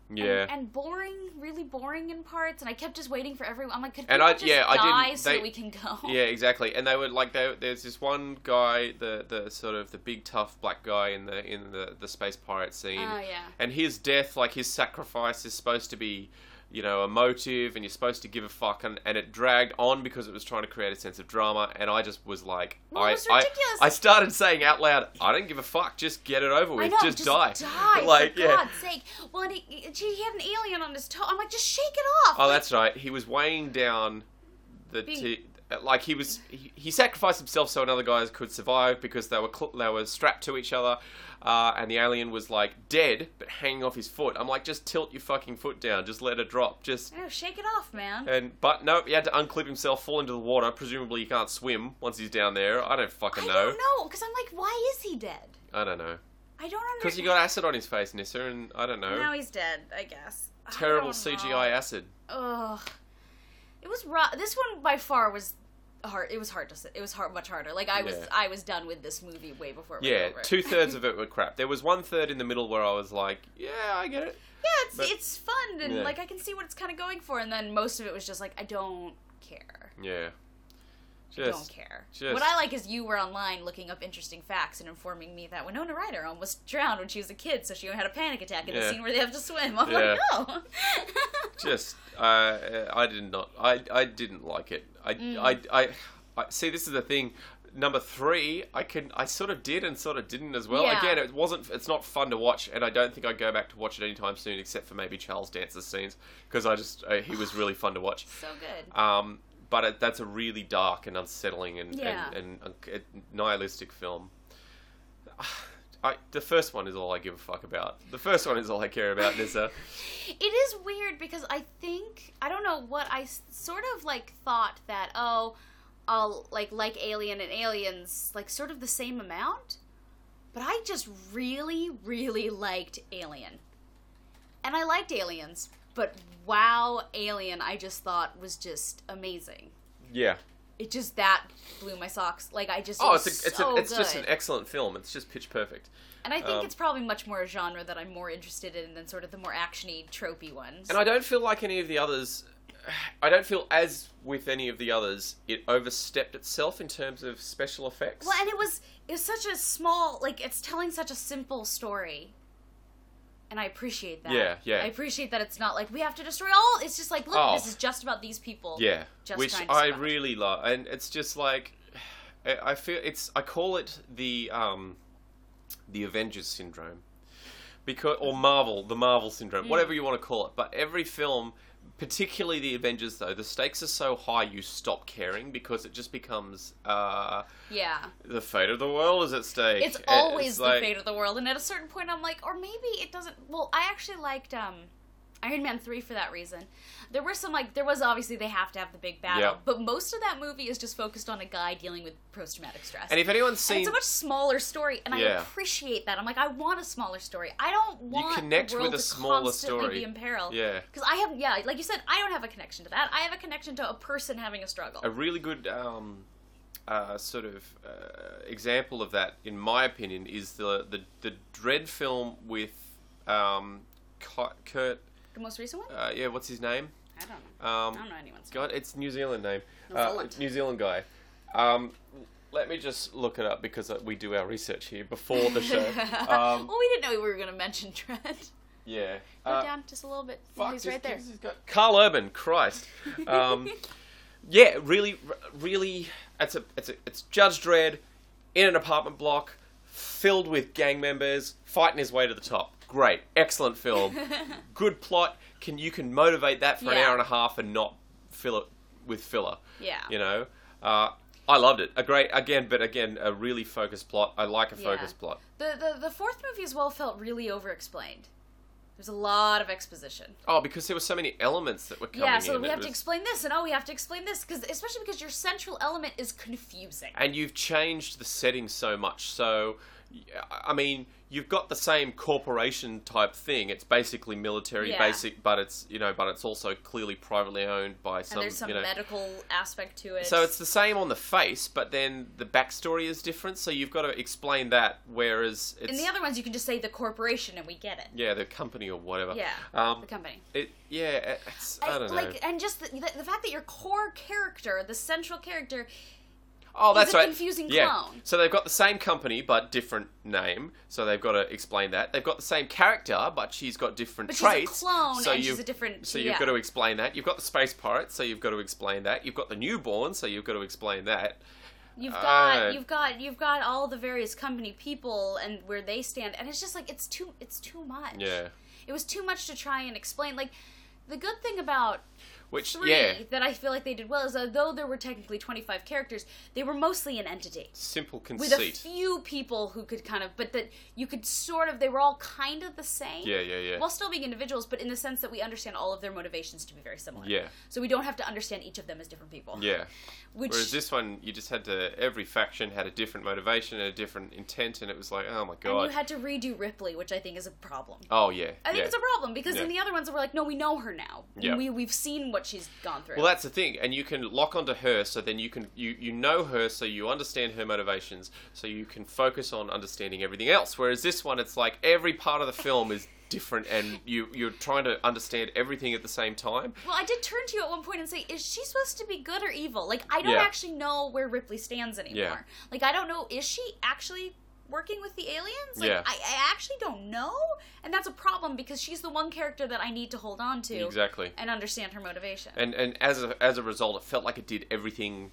S2: and,
S1: Yeah.
S2: and boring, really boring in parts. And I kept just waiting for everyone. I'm like, could
S1: And
S2: people
S1: I-
S2: just
S1: yeah, I didn't-
S2: die so
S1: they-
S2: that we can go?
S1: Yeah, exactly. And they were like, they, there's this one guy, the the sort of the big tough black guy in the in the the space pirate scene.
S2: Oh yeah.
S1: And his death, like his sacrifice, is supposed to be, you know, emotive, and you're supposed to give a fuck, and, and it dragged on because it was trying to create a sense of drama. And I just was like,
S2: Well, it
S1: I,
S2: was
S1: I
S2: ridiculous.
S1: I started saying out loud, I don't give a fuck, just get it over with,
S2: I know,
S1: just, die,
S2: die
S1: like
S2: for
S1: yeah.
S2: God's sake. Well, and he, he he had an alien on his toe. I'm like, just shake it off.
S1: Oh, that's right. He was weighing down the
S2: Being-
S1: t- like he was he, he sacrificed himself so another guy could survive because they were cl- they were strapped to each other, uh, and the alien was like dead but hanging off his foot. I'm like, just tilt your fucking foot down, just let it drop, just.
S2: oh, shake it off, man.
S1: And but no, he had to unclip himself, fall into the water. Presumably, he can't swim once he's down there. I don't fucking
S2: I
S1: know.
S2: don't know because I'm like, why is he dead?
S1: I don't know
S2: I don't understand.
S1: because he got acid on his face, Nissa, and I don't know.
S2: Now he's dead, I guess. I
S1: Terrible
S2: don't know.
S1: CGI acid.
S2: Ugh. It was rough. This one by far was hard. It was hard to. Sit. It was hard, much harder. Like I was,
S1: Yeah.
S2: I was done with this movie way before. It was
S1: Yeah,
S2: over.
S1: two thirds of it were crap. There was one third in the middle where I was like, yeah, I get it.
S2: yeah, it's
S1: but-
S2: it's fun and
S1: Yeah.
S2: like I can see what it's kind of going for. And then most of it was just like I don't care.
S1: Yeah.
S2: I don't
S1: Just
S2: care.
S1: just-
S2: what I like is you were online looking up interesting facts and informing me that Winona Ryder almost drowned when she was a kid, so she had a panic attack in the
S1: Yeah.
S2: scene where they have to swim. I'm
S1: Yeah.
S2: like, no.
S1: just uh, I did not I I didn't like it. I,
S2: Mm.
S1: I I I see this is the thing number 3 I can I sort of did and sort of didn't as well.
S2: Yeah.
S1: Again, it wasn't it's not fun to watch and I don't think I'd go back to watch it anytime soon except for maybe Charles Dancer's scenes because I just uh, he was really fun to watch.
S2: so good.
S1: Um but it, that's a really dark and unsettling and
S2: Yeah.
S1: and, and, uh, nihilistic film. I, the first one is all I give a fuck about. The first one is all I care about, Nissa.
S2: It is weird because I think I don't know what I s- sort of like thought that oh, I'll like like Alien and Aliens like sort of the same amount, but I just really really liked Alien, and I liked Aliens, But wow, Alien, I just thought was just amazing.
S1: Yeah.
S2: It just that blew my socks. Like I just
S1: Oh,
S2: it was
S1: it's a, it's, a,
S2: so
S1: it's just
S2: good.
S1: an excellent film. It's just pitch perfect.
S2: and I think
S1: um,
S2: it's probably much more a genre that I'm more interested in than sort of the more actiony, tropey ones.
S1: And I don't feel like any of the others. I don't feel as with any of the others, it overstepped itself in terms of special effects.
S2: Well, and it was it's such a small like it's telling such a simple story. And I appreciate that.
S1: Yeah, yeah.
S2: I appreciate that it's not like we have to destroy all. It's just like, look,
S1: Oh.
S2: this is just about these people.
S1: Yeah,
S2: Just
S1: which
S2: trying to
S1: I
S2: survive.
S1: really love, and it's just like I I feel it's I call it the um the Avengers syndrome because or Marvel the Marvel syndrome, whatever you want to call it. But every film, particularly the Avengers, though the stakes are so high, you stop caring because it just becomes uh
S2: Yeah.
S1: the fate of the world is at stake.
S2: It's always the
S1: like-
S2: fate of the world. And at a certain point, I'm like, or maybe it doesn't. Well, I actually liked um, Iron Man 3 for that reason. There were some, like, there was obviously they have to have the big battle.
S1: Yeah.
S2: But most of that movie is just focused on a guy dealing with post traumatic stress.
S1: And if anyone's
S2: And
S1: seen
S2: it's a much smaller story, and I
S1: Yeah.
S2: appreciate that. I'm like, I want a smaller story. I don't want
S1: connect
S2: the world
S1: with a
S2: to
S1: smaller
S2: constantly
S1: story.
S2: be in peril.
S1: Yeah.
S2: because I have, yeah, like you said, I don't have a connection to that. I have a connection to a person having a struggle.
S1: a really good um, uh, sort of uh, example of that, in my opinion, is the the, the Dread film with um, Co- Kurt.
S2: the most recent one,
S1: Uh, yeah, what's his name?
S2: I don't know. I don't
S1: Um,
S2: know anyone's.
S1: God, it's New Zealand name.
S2: New
S1: Uh,
S2: Zealand.
S1: New Zealand guy. Um, let me just look it up because uh, we do our research here before the show. um,
S2: well, we didn't know we were going to mention Dread.
S1: yeah.
S2: Go
S1: Uh,
S2: down just a little bit.
S1: Fuck,
S2: He's
S1: just
S2: right there.
S1: gives- he's got- Carl Urban, Christ. Um, yeah, really, really. It's a, it's a, it's Judge Dredd in an apartment block filled with gang members fighting his way to the top. Great, excellent film, good plot. Can you can motivate that for an
S2: Yeah.
S1: hour and a half and not fill it with filler?
S2: Yeah.
S1: you know. Uh, I loved it. A great again, but again, a really focused plot. I like a
S2: Yeah.
S1: focused plot.
S2: the, the the fourth movie as well felt really overexplained. There's a lot of exposition.
S1: Oh, because there were so many elements that were coming
S2: Yeah, so
S1: in.
S2: we
S1: it
S2: have to
S1: was-
S2: explain this, and oh, we have to explain this, because especially because your central element is confusing.
S1: and you've changed the setting so much. So, I mean, you've got the same corporation type thing. It's basically military,
S2: Yeah.
S1: basic, but it's you know, but it's also clearly privately owned by some.
S2: and there's some
S1: you know,
S2: medical aspect to it.
S1: so it's the same on the face, but then the backstory is different. So you've got to explain that. Whereas it's
S2: in the other ones, you can just say the corporation, and we get it.
S1: yeah, the company or whatever.
S2: Yeah,
S1: Um,
S2: the company.
S1: it, yeah, it- it's, I, don't know.
S2: Like, and just the, the, the fact that your core character, the central character,
S1: Oh, that's
S2: a
S1: right.
S2: confusing
S1: yeah.
S2: clone.
S1: So they've got the same company but different name. So they've got to explain that. They've got the same character but she's got different
S2: But she's a
S1: traits.
S2: clone
S1: so
S2: and she's
S1: you've,
S2: a different-
S1: So you've
S2: yeah.
S1: got to explain that. You've got the space pirates, so you've got to explain that. You've got the newborn, so you've got to explain that.
S2: You've got
S1: Uh,
S2: you've got you've got all the various company people and where they stand and it's just like it's too it's too much.
S1: Yeah.
S2: It was too much to try and explain. Like the good thing about
S1: Which
S2: three
S1: yeah,
S2: that I feel like they did well is although there were technically twenty five characters, they were mostly an entity.
S1: simple
S2: With
S1: conceit.
S2: a few people who could kind of but that you could sort of they were all kind of the same.
S1: Yeah, yeah, yeah.
S2: While still being individuals, but in the sense that we understand all of their motivations to be very similar.
S1: Yeah.
S2: So we don't have to understand each of them as different people.
S1: yeah.
S2: Which
S1: Whereas this one, you just had to. Every faction had a different motivation and a different intent, and it was like, oh my
S2: and you
S1: god.
S2: had to redo Ripley, which I think is a problem.
S1: oh yeah.
S2: I think
S1: yeah.
S2: it's a problem because in
S1: Yeah.
S2: the other ones we're like, no, we know her now.
S1: Yeah.
S2: We we've seen what she's gone through.
S1: Well, that's the thing, and you can lock onto her, so then you can you you know her, so you understand her motivations, so you can focus on understanding everything else. Whereas this one, it's like every part of the film is different, and you you're trying to understand everything at the same time.
S2: well, I did turn to you at one point and say, is she supposed to be good or evil? Like I don't
S1: Yeah.
S2: actually know where Ripley stands anymore.
S1: Yeah.
S2: Like I don't know, is she actually working with the aliens? Like
S1: Yeah.
S2: I, I actually don't know, and that's a problem because she's the one character that I need to hold on to
S1: Exactly.
S2: and understand her motivation.
S1: And and as a as a result, it felt like it did everything.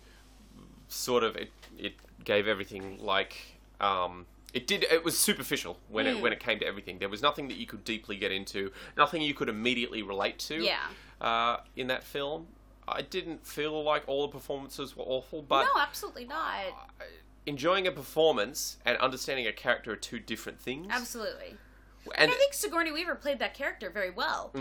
S1: Sort of, it it gave everything like um. It did. It was superficial when
S2: Hmm.
S1: it when it came to everything. There was nothing that you could deeply get into, nothing you could immediately relate to.
S2: Yeah.
S1: uh, in that film. I didn't feel like all the performances were awful, but
S2: no, absolutely not.
S1: enjoying a performance and understanding a character are two different things.
S2: Absolutely.
S1: And
S2: I think Sigourney Weaver played that character very well.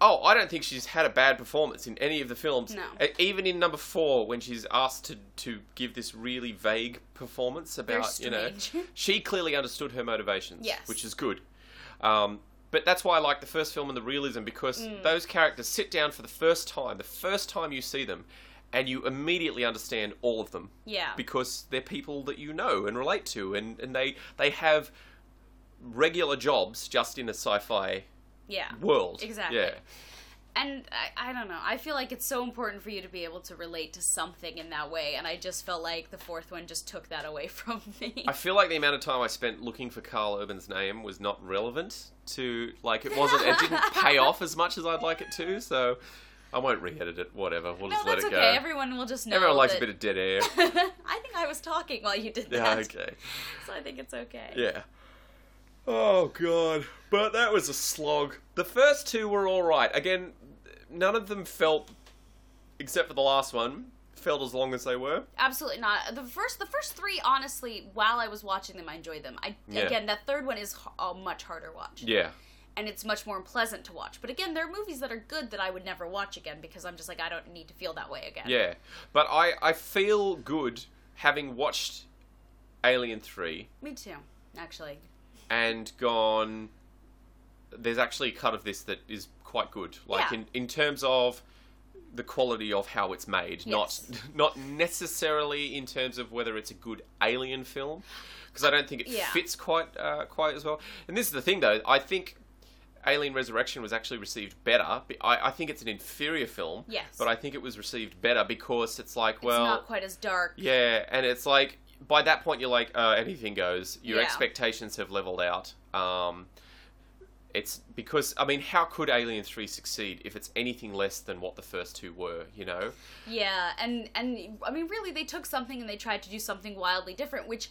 S1: oh, I don't think she's had a bad performance in any of the films.
S2: No.
S1: E- Even in number four, when she's asked to to give this really vague performance about you know,
S2: strange.
S1: she clearly understood her motivations,
S2: Yes.
S1: which is good. Um, But that's why I like the first film and the realism because
S2: Mm.
S1: those characters sit down for the first time, the first time you see them, and you immediately understand all of them
S2: Yeah.
S1: because they're people that you know and relate to, and, and they they have regular jobs just in the sci-fi
S2: yeah.
S1: world.
S2: Exactly.
S1: Yeah.
S2: And I, I don't know. I feel like it's so important for you to be able to relate to something in that way, and I just felt like the fourth one just took that away from me.
S1: I feel like the amount of time I spent looking for Carl Urban's name was not relevant to like it wasn't it didn't pay off as much as I'd like it to, so I won't re-edit it. Whatever, we'll
S2: no,
S1: just let
S2: that's
S1: it
S2: okay.
S1: go.
S2: Everyone will just know.
S1: Everyone likes
S2: that-
S1: a bit of dead air.
S2: I think I was talking while you did
S1: yeah,
S2: that,
S1: okay.
S2: so I think it's okay.
S1: Yeah. Oh god, but that was a slog. The first two were all right. Again, none of them felt, except for the last one, felt as long as they were.
S2: Absolutely not. The first, the first three, honestly, while I was watching them, I enjoyed them. I
S1: Yeah.
S2: again, that third one is h- a much harder watch,
S1: Yeah.
S2: and it's much more pleasant to watch. But again, there are movies that are good that I would never watch again because I'm just like I don't need to feel that way again.
S1: Yeah, but I I feel good having watched Alien Three
S2: me too. Actually,
S1: and gone. There's actually a cut of this that is quite good, like
S2: Yeah.
S1: in in terms of the quality of how it's made,
S2: Yes.
S1: not not necessarily in terms of whether it's a good Alien film, because I don't think it
S2: Yeah.
S1: fits quite uh, quite as well. And this is the thing, though. I think. Alien Resurrection was actually received better. Be- I, I think it's an inferior film,
S2: Yes.
S1: but I think it was received better because it's like, well,
S2: it's not quite as dark.
S1: yeah, and it's like by that point you're like uh, anything goes. Your
S2: Yeah.
S1: expectations have leveled out. Um, it's because I mean, how could Alien Three succeed if it's anything less than what the first two were? You know?
S2: Yeah, and and I mean, really, they took something and they tried to do something wildly different, which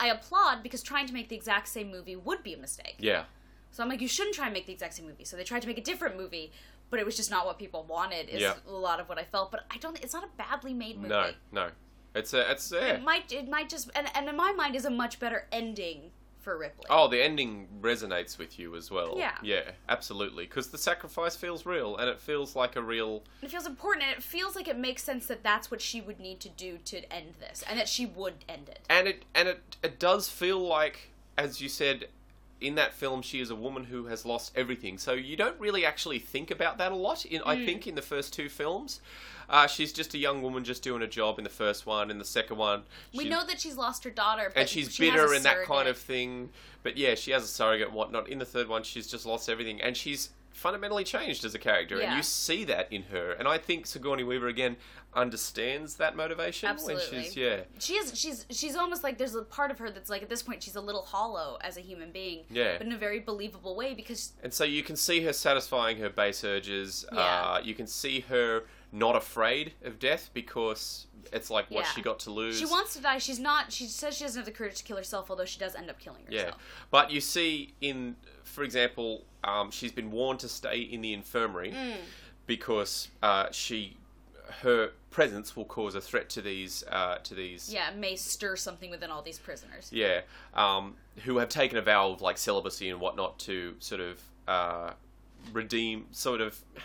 S2: I applaud because trying to make the exact same movie would be a mistake.
S1: Yeah.
S2: So I'm like, you shouldn't try and make the exact same movie. So they tried to make a different movie, but it was just not what people wanted. Is
S1: Yeah.
S2: a lot of what I felt, but I don't. It's not a badly made movie.
S1: No, no. It's a it's yeah.
S2: It might it might just and, and in my mind is a much better ending for Ripley.
S1: Oh, the ending resonates with you as well.
S2: Yeah.
S1: Yeah, absolutely. Because the sacrifice feels real, and it feels like a real.
S2: It feels important, and it feels like it makes sense that that's what she would need to do to end this, and that she would end it.
S1: and it and it it does feel like as you said in that film she is a woman who has lost everything so you don't really actually think about that a lot in i
S2: Hmm.
S1: think in the first two films uh, she's just a young woman just doing a job in the first one in the second one
S2: We
S1: she-
S2: know that she's lost her daughter, but
S1: and she's
S2: she has
S1: bitter
S2: a
S1: and that kind
S2: surrogate.
S1: of thing but yeah she has a surrogate and whatnot in the third one she's just lost everything and she's fundamentally changed as a character and
S2: Yeah.
S1: you see that in her and i think sigourney weaver again understands that motivation when she's
S2: Absolutely.
S1: yeah
S2: she is she's she's almost like there's a part of her that's like at this point she's a little hollow as a human being
S1: Yeah.
S2: but in a very believable way because
S1: And so you can see her satisfying her base urges. Uh,
S2: Yeah.
S1: you can see her not afraid of death because it's like what
S2: Yeah.
S1: she got to lose.
S2: she wants to die she's not she says she doesn't have the courage to kill herself although she does end up killing
S1: Yeah.
S2: herself
S1: But you see, in, for example, um, she's been warned to stay in the infirmary
S2: Mm.
S1: because uh, she. Her presence will cause a threat to these, uh, to these,
S2: yeah it may stir something within all these prisoners
S1: yeah, um, who have taken a vow of like celibacy and whatnot to sort of uh, redeem, sort of.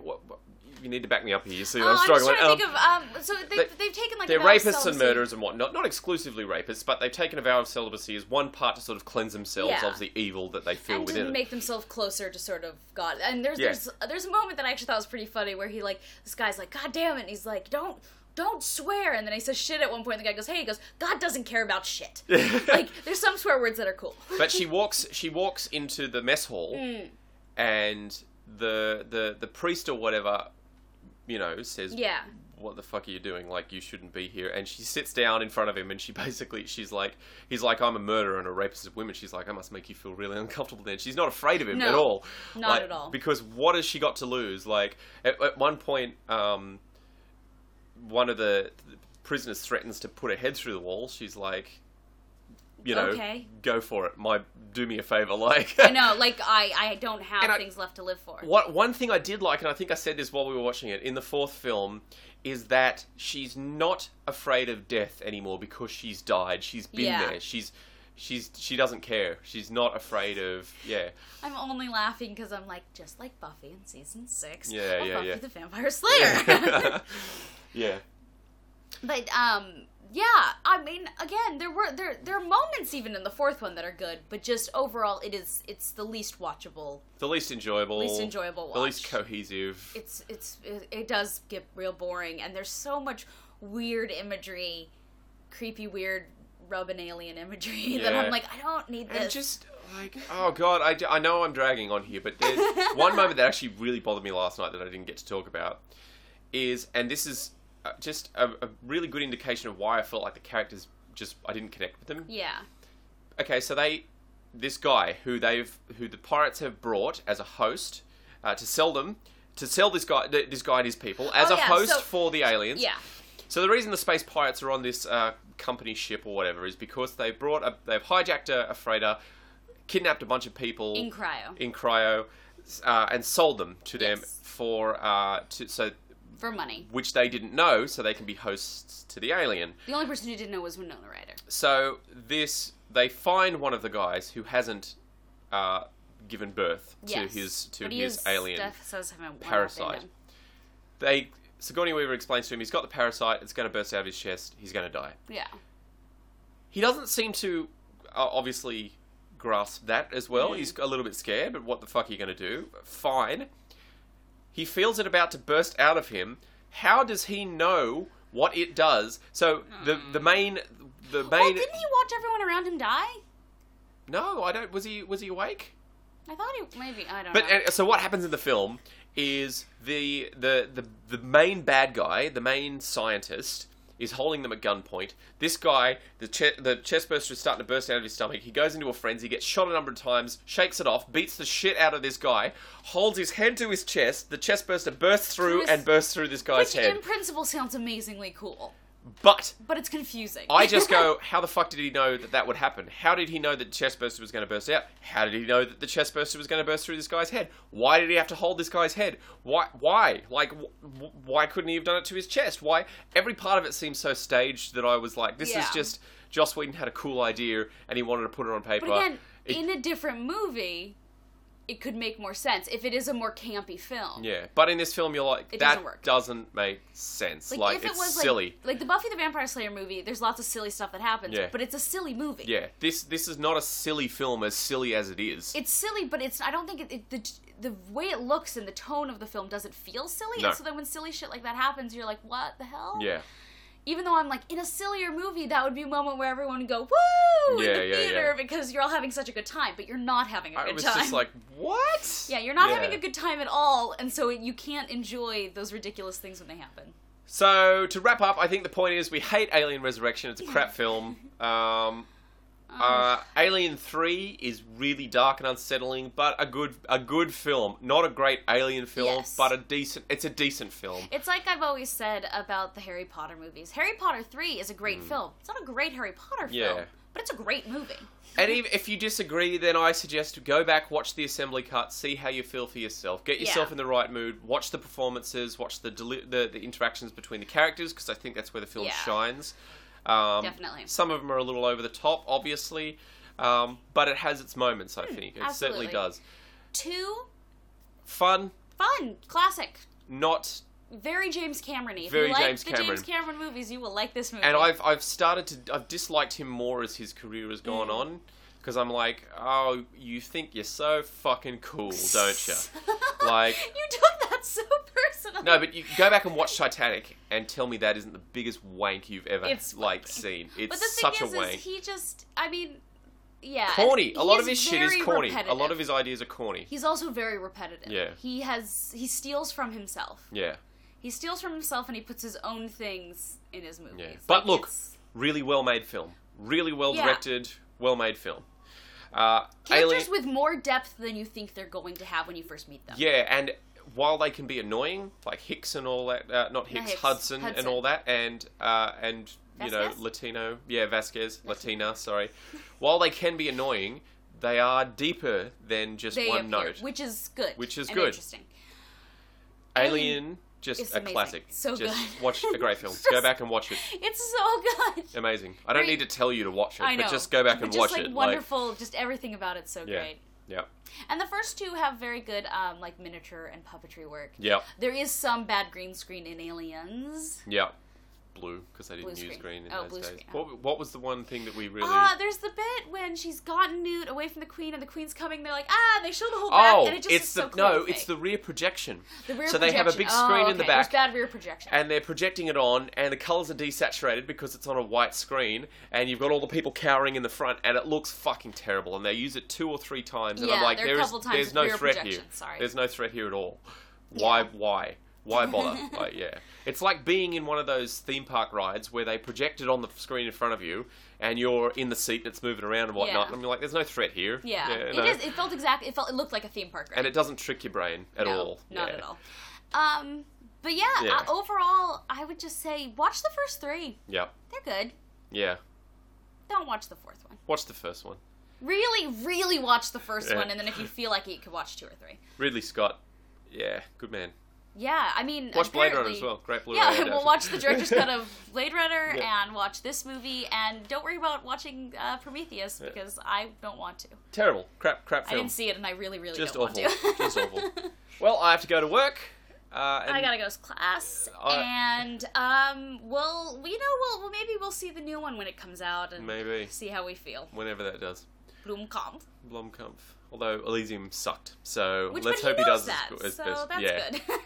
S1: What, what, you need to back me up here. You see,
S2: oh,
S1: I'm
S2: I'm just
S1: struggling.
S2: trying to
S1: Um,
S2: think of um so they,
S1: they-
S2: have they've taken like
S1: they're
S2: a vow of
S1: rapists and
S2: celibacy.
S1: murderers and whatnot. Not exclusively rapists, but they've taken a vow of celibacy as one part to sort of cleanse themselves
S2: Yeah.
S1: of the evil that they feel
S2: and
S1: within.
S2: to
S1: them.
S2: make themselves closer to sort of God. And there's
S1: Yeah.
S2: there's there's a moment that I actually thought was pretty funny where he like this guy's like, God damn it, and he's like, Don't don't swear and then he says shit at one point and the guy goes, Hey, he goes, God doesn't care about shit. like there's some swear words that are cool.
S1: but she walks she walks into the mess hall
S2: Mm.
S1: and the the the priest or whatever you know says
S2: Yeah.
S1: what the fuck are you doing like you shouldn't be here and she sits down in front of him and she basically she's like he's like i'm a murderer and a rapist of women she's like i must make you feel really uncomfortable then she's not afraid of him
S2: No,
S1: at all
S2: not
S1: Like,
S2: at all.
S1: because what has she got to lose like at, at one point um one of the, the prisoners threatens to put her head through the wall she's like you know
S2: Okay.
S1: go for it my do me a favor like
S2: I know, like I I don't have
S1: And I-
S2: things left to live for.
S1: what one thing I did like, and I think I said this while we were watching it in the fourth film, is that she's not afraid of death anymore because she's died. She's been
S2: Yeah.
S1: there. She's she's she doesn't care. She's not afraid of yeah.
S2: I'm only laughing because I'm like, just like Buffy in season six.
S1: Yeah,
S2: of
S1: yeah,
S2: Buffy
S1: yeah.
S2: the Vampire Slayer.
S1: yeah.
S2: But um yeah, I mean again, there were there there are moments even in the fourth one that are good, but just overall it is it's the least watchable,
S1: The least enjoyable.
S2: least enjoyable watch.
S1: The least cohesive.
S2: it's it's it, it does get real boring and there's so much weird imagery, creepy weird rub and alien imagery that
S1: Yeah.
S2: I'm like I don't need
S1: and
S2: this.
S1: just like oh god I, d- I know i'm dragging on here but there's one moment that actually really bothered me last night that i didn't get to talk about is and this is uh, just a, a really good indication of why i felt like the characters just i didn't connect with them
S2: yeah.
S1: okay so they this guy who they've who the pirates have brought as a host uh, to sell them to sell this guy th- this guy and his people as
S2: Oh,
S1: a
S2: yeah,
S1: host
S2: so-
S1: for the aliens
S2: Yeah.
S1: so the reason the space pirates are on this uh, company ship or whatever is because they brought a, they've hijacked a, a freighter, kidnapped a bunch of people
S2: In cryo.
S1: in cryo, uh, and sold them to them
S2: Yes.
S1: for uh, to, so
S2: for money.
S1: which they didn't know, so they can be hosts to the alien.
S2: The only person who didn't know was Winona Ryder.
S1: So this they find one of the guys who hasn't uh, given birth to
S2: Yes.
S1: his to
S2: But he
S1: his
S2: is
S1: alien
S2: def- says having a one-off
S1: parasite.
S2: in
S1: They Sigourney Weaver explains to him he's got the parasite. It's going to burst out of his chest. He's going to die.
S2: him. Yeah.
S1: he doesn't seem to uh, obviously grasp that as well.
S2: Mm.
S1: He's a little bit scared, but what the fuck are you going to do? Fine. He feels it about to burst out of him. How does he know what it does? So the the main the main
S2: Well, didn't he watch everyone around him die?
S1: no, I don't. Was he was he awake?
S2: I thought he maybe I don't
S1: But
S2: know.
S1: uh, so what happens in the film is the, the the the main bad guy, the main scientist, is holding them at gunpoint. This guy, the che- the chest burster is starting to burst out of his stomach. He goes into a frenzy, gets shot a number of times, shakes it off, beats the shit out of this guy, holds his hand to his chest. The chest burster bursts through
S2: his-
S1: and bursts through this guy's
S2: Which
S1: head.
S2: in principle sounds amazingly cool,
S1: but
S2: but it's confusing.
S1: I just go, how the fuck did he know that that would happen? How did he know that the chest burster was going to burst out? How did he know that the chest burster was going to burst through this guy's head? Why did he have to hold this guy's head? Why? Why? Like, wh- wh- why couldn't he have done it to his chest? Why? Every part of it seems so staged that I was like, this is
S2: Yeah.
S1: just Joss Whedon had a cool idea and he wanted to put it on paper.
S2: but again,
S1: It-
S2: in a different movie, it could make more sense if it is a more campy film.
S1: yeah, but in this film, you're like,
S2: It
S1: that
S2: doesn't work.
S1: doesn't make sense. Like,
S2: if
S1: it's
S2: it was
S1: silly.
S2: like like the Buffy the Vampire Slayer movie, there's lots of silly stuff that happens,
S1: Yeah.
S2: but it's a silly movie.
S1: yeah, this this is not a silly film as silly as it is.
S2: it's silly, but it's I don't think it, it, the the way it looks and the tone of the film doesn't feel silly.
S1: No.
S2: And so then when silly shit like that happens, you're like, what the hell?
S1: yeah.
S2: Even though I'm like in a sillier movie, that would be a moment where everyone would go woo
S1: Yeah,
S2: in the
S1: yeah,
S2: theater
S1: yeah.
S2: because you're all having such a good time, but you're not having a
S1: I
S2: good
S1: was
S2: time.
S1: just like, what?
S2: yeah, you're not having a good time at all, and so you can't enjoy those ridiculous things when they happen.
S1: So to wrap up, I think the point is we hate Alien Resurrection. It's a crap film. Um,
S2: Oh.
S1: uh, Alien Three is really dark and unsettling, but a good a good film. Not a great Alien film,
S2: Yes.
S1: but a decent. It's a decent film.
S2: It's like I've always said about the Harry Potter movies. Harry Potter 3 is a great film. It's not a great Harry Potter
S1: Mm. Yeah.
S2: film, but it's a great movie.
S1: And even if you disagree, then I suggest go back, watch the assembly cut, see how you feel for yourself. Get yourself
S2: Yeah.
S1: in the right mood. Watch the performances. Watch the deli- the, the interactions between the characters because I think that's where the film
S2: Yeah.
S1: shines. Um,
S2: Definitely.
S1: Some of them are a little over the top, obviously, um, but it has its moments. I think it certainly
S2: Hmm, absolutely.
S1: does.
S2: Two
S1: Fun,
S2: fun, classic,
S1: not.
S2: very James Cameron-y. If
S1: Very
S2: you like
S1: James
S2: the
S1: Cameron.
S2: James Cameron movies, you will like this movie.
S1: And I've I've started to I've disliked him more as his career has
S2: Hmm.
S1: gone on because I'm like, oh, you think you're so fucking cool, don't you? like-
S2: you took that so personally.
S1: No, but you go back and watch Titanic and tell me that isn't the biggest wank you've ever
S2: It's
S1: like
S2: wank.
S1: seen.
S2: but
S1: It's
S2: the thing
S1: such
S2: is,
S1: a wank.
S2: is he just? I mean, yeah,
S1: corny.
S2: and
S1: A lot
S2: he
S1: of his shit is
S2: very
S1: corny. A lot
S2: repetitive.
S1: of his ideas are corny.
S2: He's also very repetitive.
S1: Yeah.
S2: He has he steals from himself.
S1: Yeah,
S2: He steals from himself and he puts his own things in his movies.
S1: yeah.
S2: Like,
S1: But look,
S2: it's-
S1: really well made film. Really well
S2: Yeah.
S1: directed. Well made film. Uh,
S2: characters
S1: Alien.
S2: with more depth than you think they're going to have when you first meet them.
S1: Yeah, and while they can be annoying, like Hicks and all that, uh, not Hicks,
S2: Hicks,
S1: Hudson, and
S2: Hudson.
S1: all that, and uh, and you know
S2: Vasquez?
S1: Latino, yeah, Vasquez, Latina, sorry. While they can be annoying, they are deeper than just
S2: They
S1: one
S2: appear,
S1: note.
S2: which is good.
S1: Which is
S2: and
S1: good.
S2: Interesting.
S1: Alien, just
S2: It's
S1: a
S2: amazing.
S1: classic.
S2: So
S1: just
S2: good.
S1: watch a great film. Go back and watch it.
S2: It's so good.
S1: Amazing. I don't
S2: Great.
S1: need to tell you to watch it,
S2: I know.
S1: but just go back
S2: But
S1: and
S2: just,
S1: watch
S2: like,
S1: it.
S2: Wonderful, just everything about it's so
S1: Like, yeah,
S2: great.
S1: yeah,
S2: And the first two have very good um, like miniature and puppetry work.
S1: yeah,
S2: There is some bad green screen in Aliens,
S1: yeah. blue because I didn't
S2: Blue
S1: use
S2: screen.
S1: green in
S2: Oh,
S1: those
S2: blue
S1: days.
S2: screen, oh.
S1: What, what was the one thing that we really?
S2: Ah, there's the bit when she's gotten Newt away from the queen and the queen's coming. They're like, ah, and they show the whole back,
S1: oh,
S2: and it just
S1: it's
S2: is
S1: the
S2: so cool
S1: no,
S2: to
S1: it's
S2: think.
S1: the rear projection.
S2: The rear
S1: so they have a big
S2: projection.
S1: screen
S2: oh,
S1: in the
S2: okay, there's
S1: back.
S2: bad rear projection.
S1: and they're projecting it on, and the colors are desaturated because it's on a white screen, and you've got all the people cowering in the front, and it looks fucking terrible. And they use it two or three times, and I'm
S2: Yeah,
S1: like,
S2: there are a
S1: there is,
S2: couple times
S1: there's
S2: with
S1: no
S2: rear
S1: threat here.
S2: projection, sorry.
S1: There's no threat here at all. Why,
S2: Yeah.
S1: why, why bother? like, yeah, it's like being in one of those theme park rides where they project it on the screen in front of you, and you're in the seat that's moving around and whatnot.
S2: Yeah.
S1: And I'm like, there's no threat here.
S2: yeah,
S1: no.
S2: it is. It felt exactly. It felt. It looked like a theme park. Ride.
S1: and it doesn't trick your brain at
S2: no,
S1: all.
S2: Not
S1: Yeah.
S2: at all. Um, but yeah,
S1: Yeah.
S2: Uh, overall, I would just say watch the first three.
S1: Yeah,
S2: They're good.
S1: yeah.
S2: Don't watch the fourth one.
S1: Watch the first one.
S2: Really, really watch the first
S1: Yeah.
S2: one, and then if you feel like it, you could watch two or three.
S1: Ridley Scott. Yeah, good man.
S2: Yeah, I mean,
S1: Watch Blade Runner
S2: apparently-
S1: as well. Great Blu-ray.
S2: Yeah,
S1: adaptation.
S2: we'll watch the director's cut of Blade Runner
S1: Yeah.
S2: and watch this movie, and don't worry about watching uh, Prometheus
S1: Yeah.
S2: because I don't want to.
S1: Terrible, crap, crap
S2: I
S1: film.
S2: didn't see it, and I really, really
S1: Just
S2: don't
S1: awful.
S2: want to.
S1: Just awful. Well, I have to go to work. Uh, and
S2: I gotta go to class,
S1: Uh,
S2: and um, we'll we know we'll, well maybe we'll see the new one when it comes out, and
S1: Maybe.
S2: see how we feel.
S1: Whenever that does,
S2: Blumkamp,
S1: Blomkamp. Although Elysium sucked, so
S2: which
S1: let's
S2: but
S1: hope
S2: he
S1: he does
S2: knows that,
S1: as good as
S2: so
S1: best.
S2: that's
S1: yeah,
S2: good.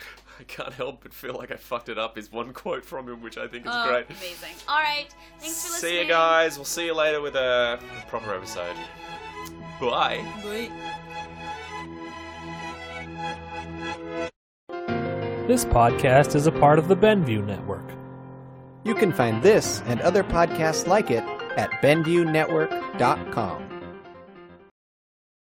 S1: I can't help but feel like I fucked it up. Is one quote from him, which I think is
S2: oh,
S1: great.
S2: amazing. All right, thanks for listening.
S1: See you guys. We'll see you later with a proper episode. Bye.
S2: Bye.
S3: This podcast is a part of the Benview Network.
S4: You can find this and other podcasts like it at BenviewNetwork.com.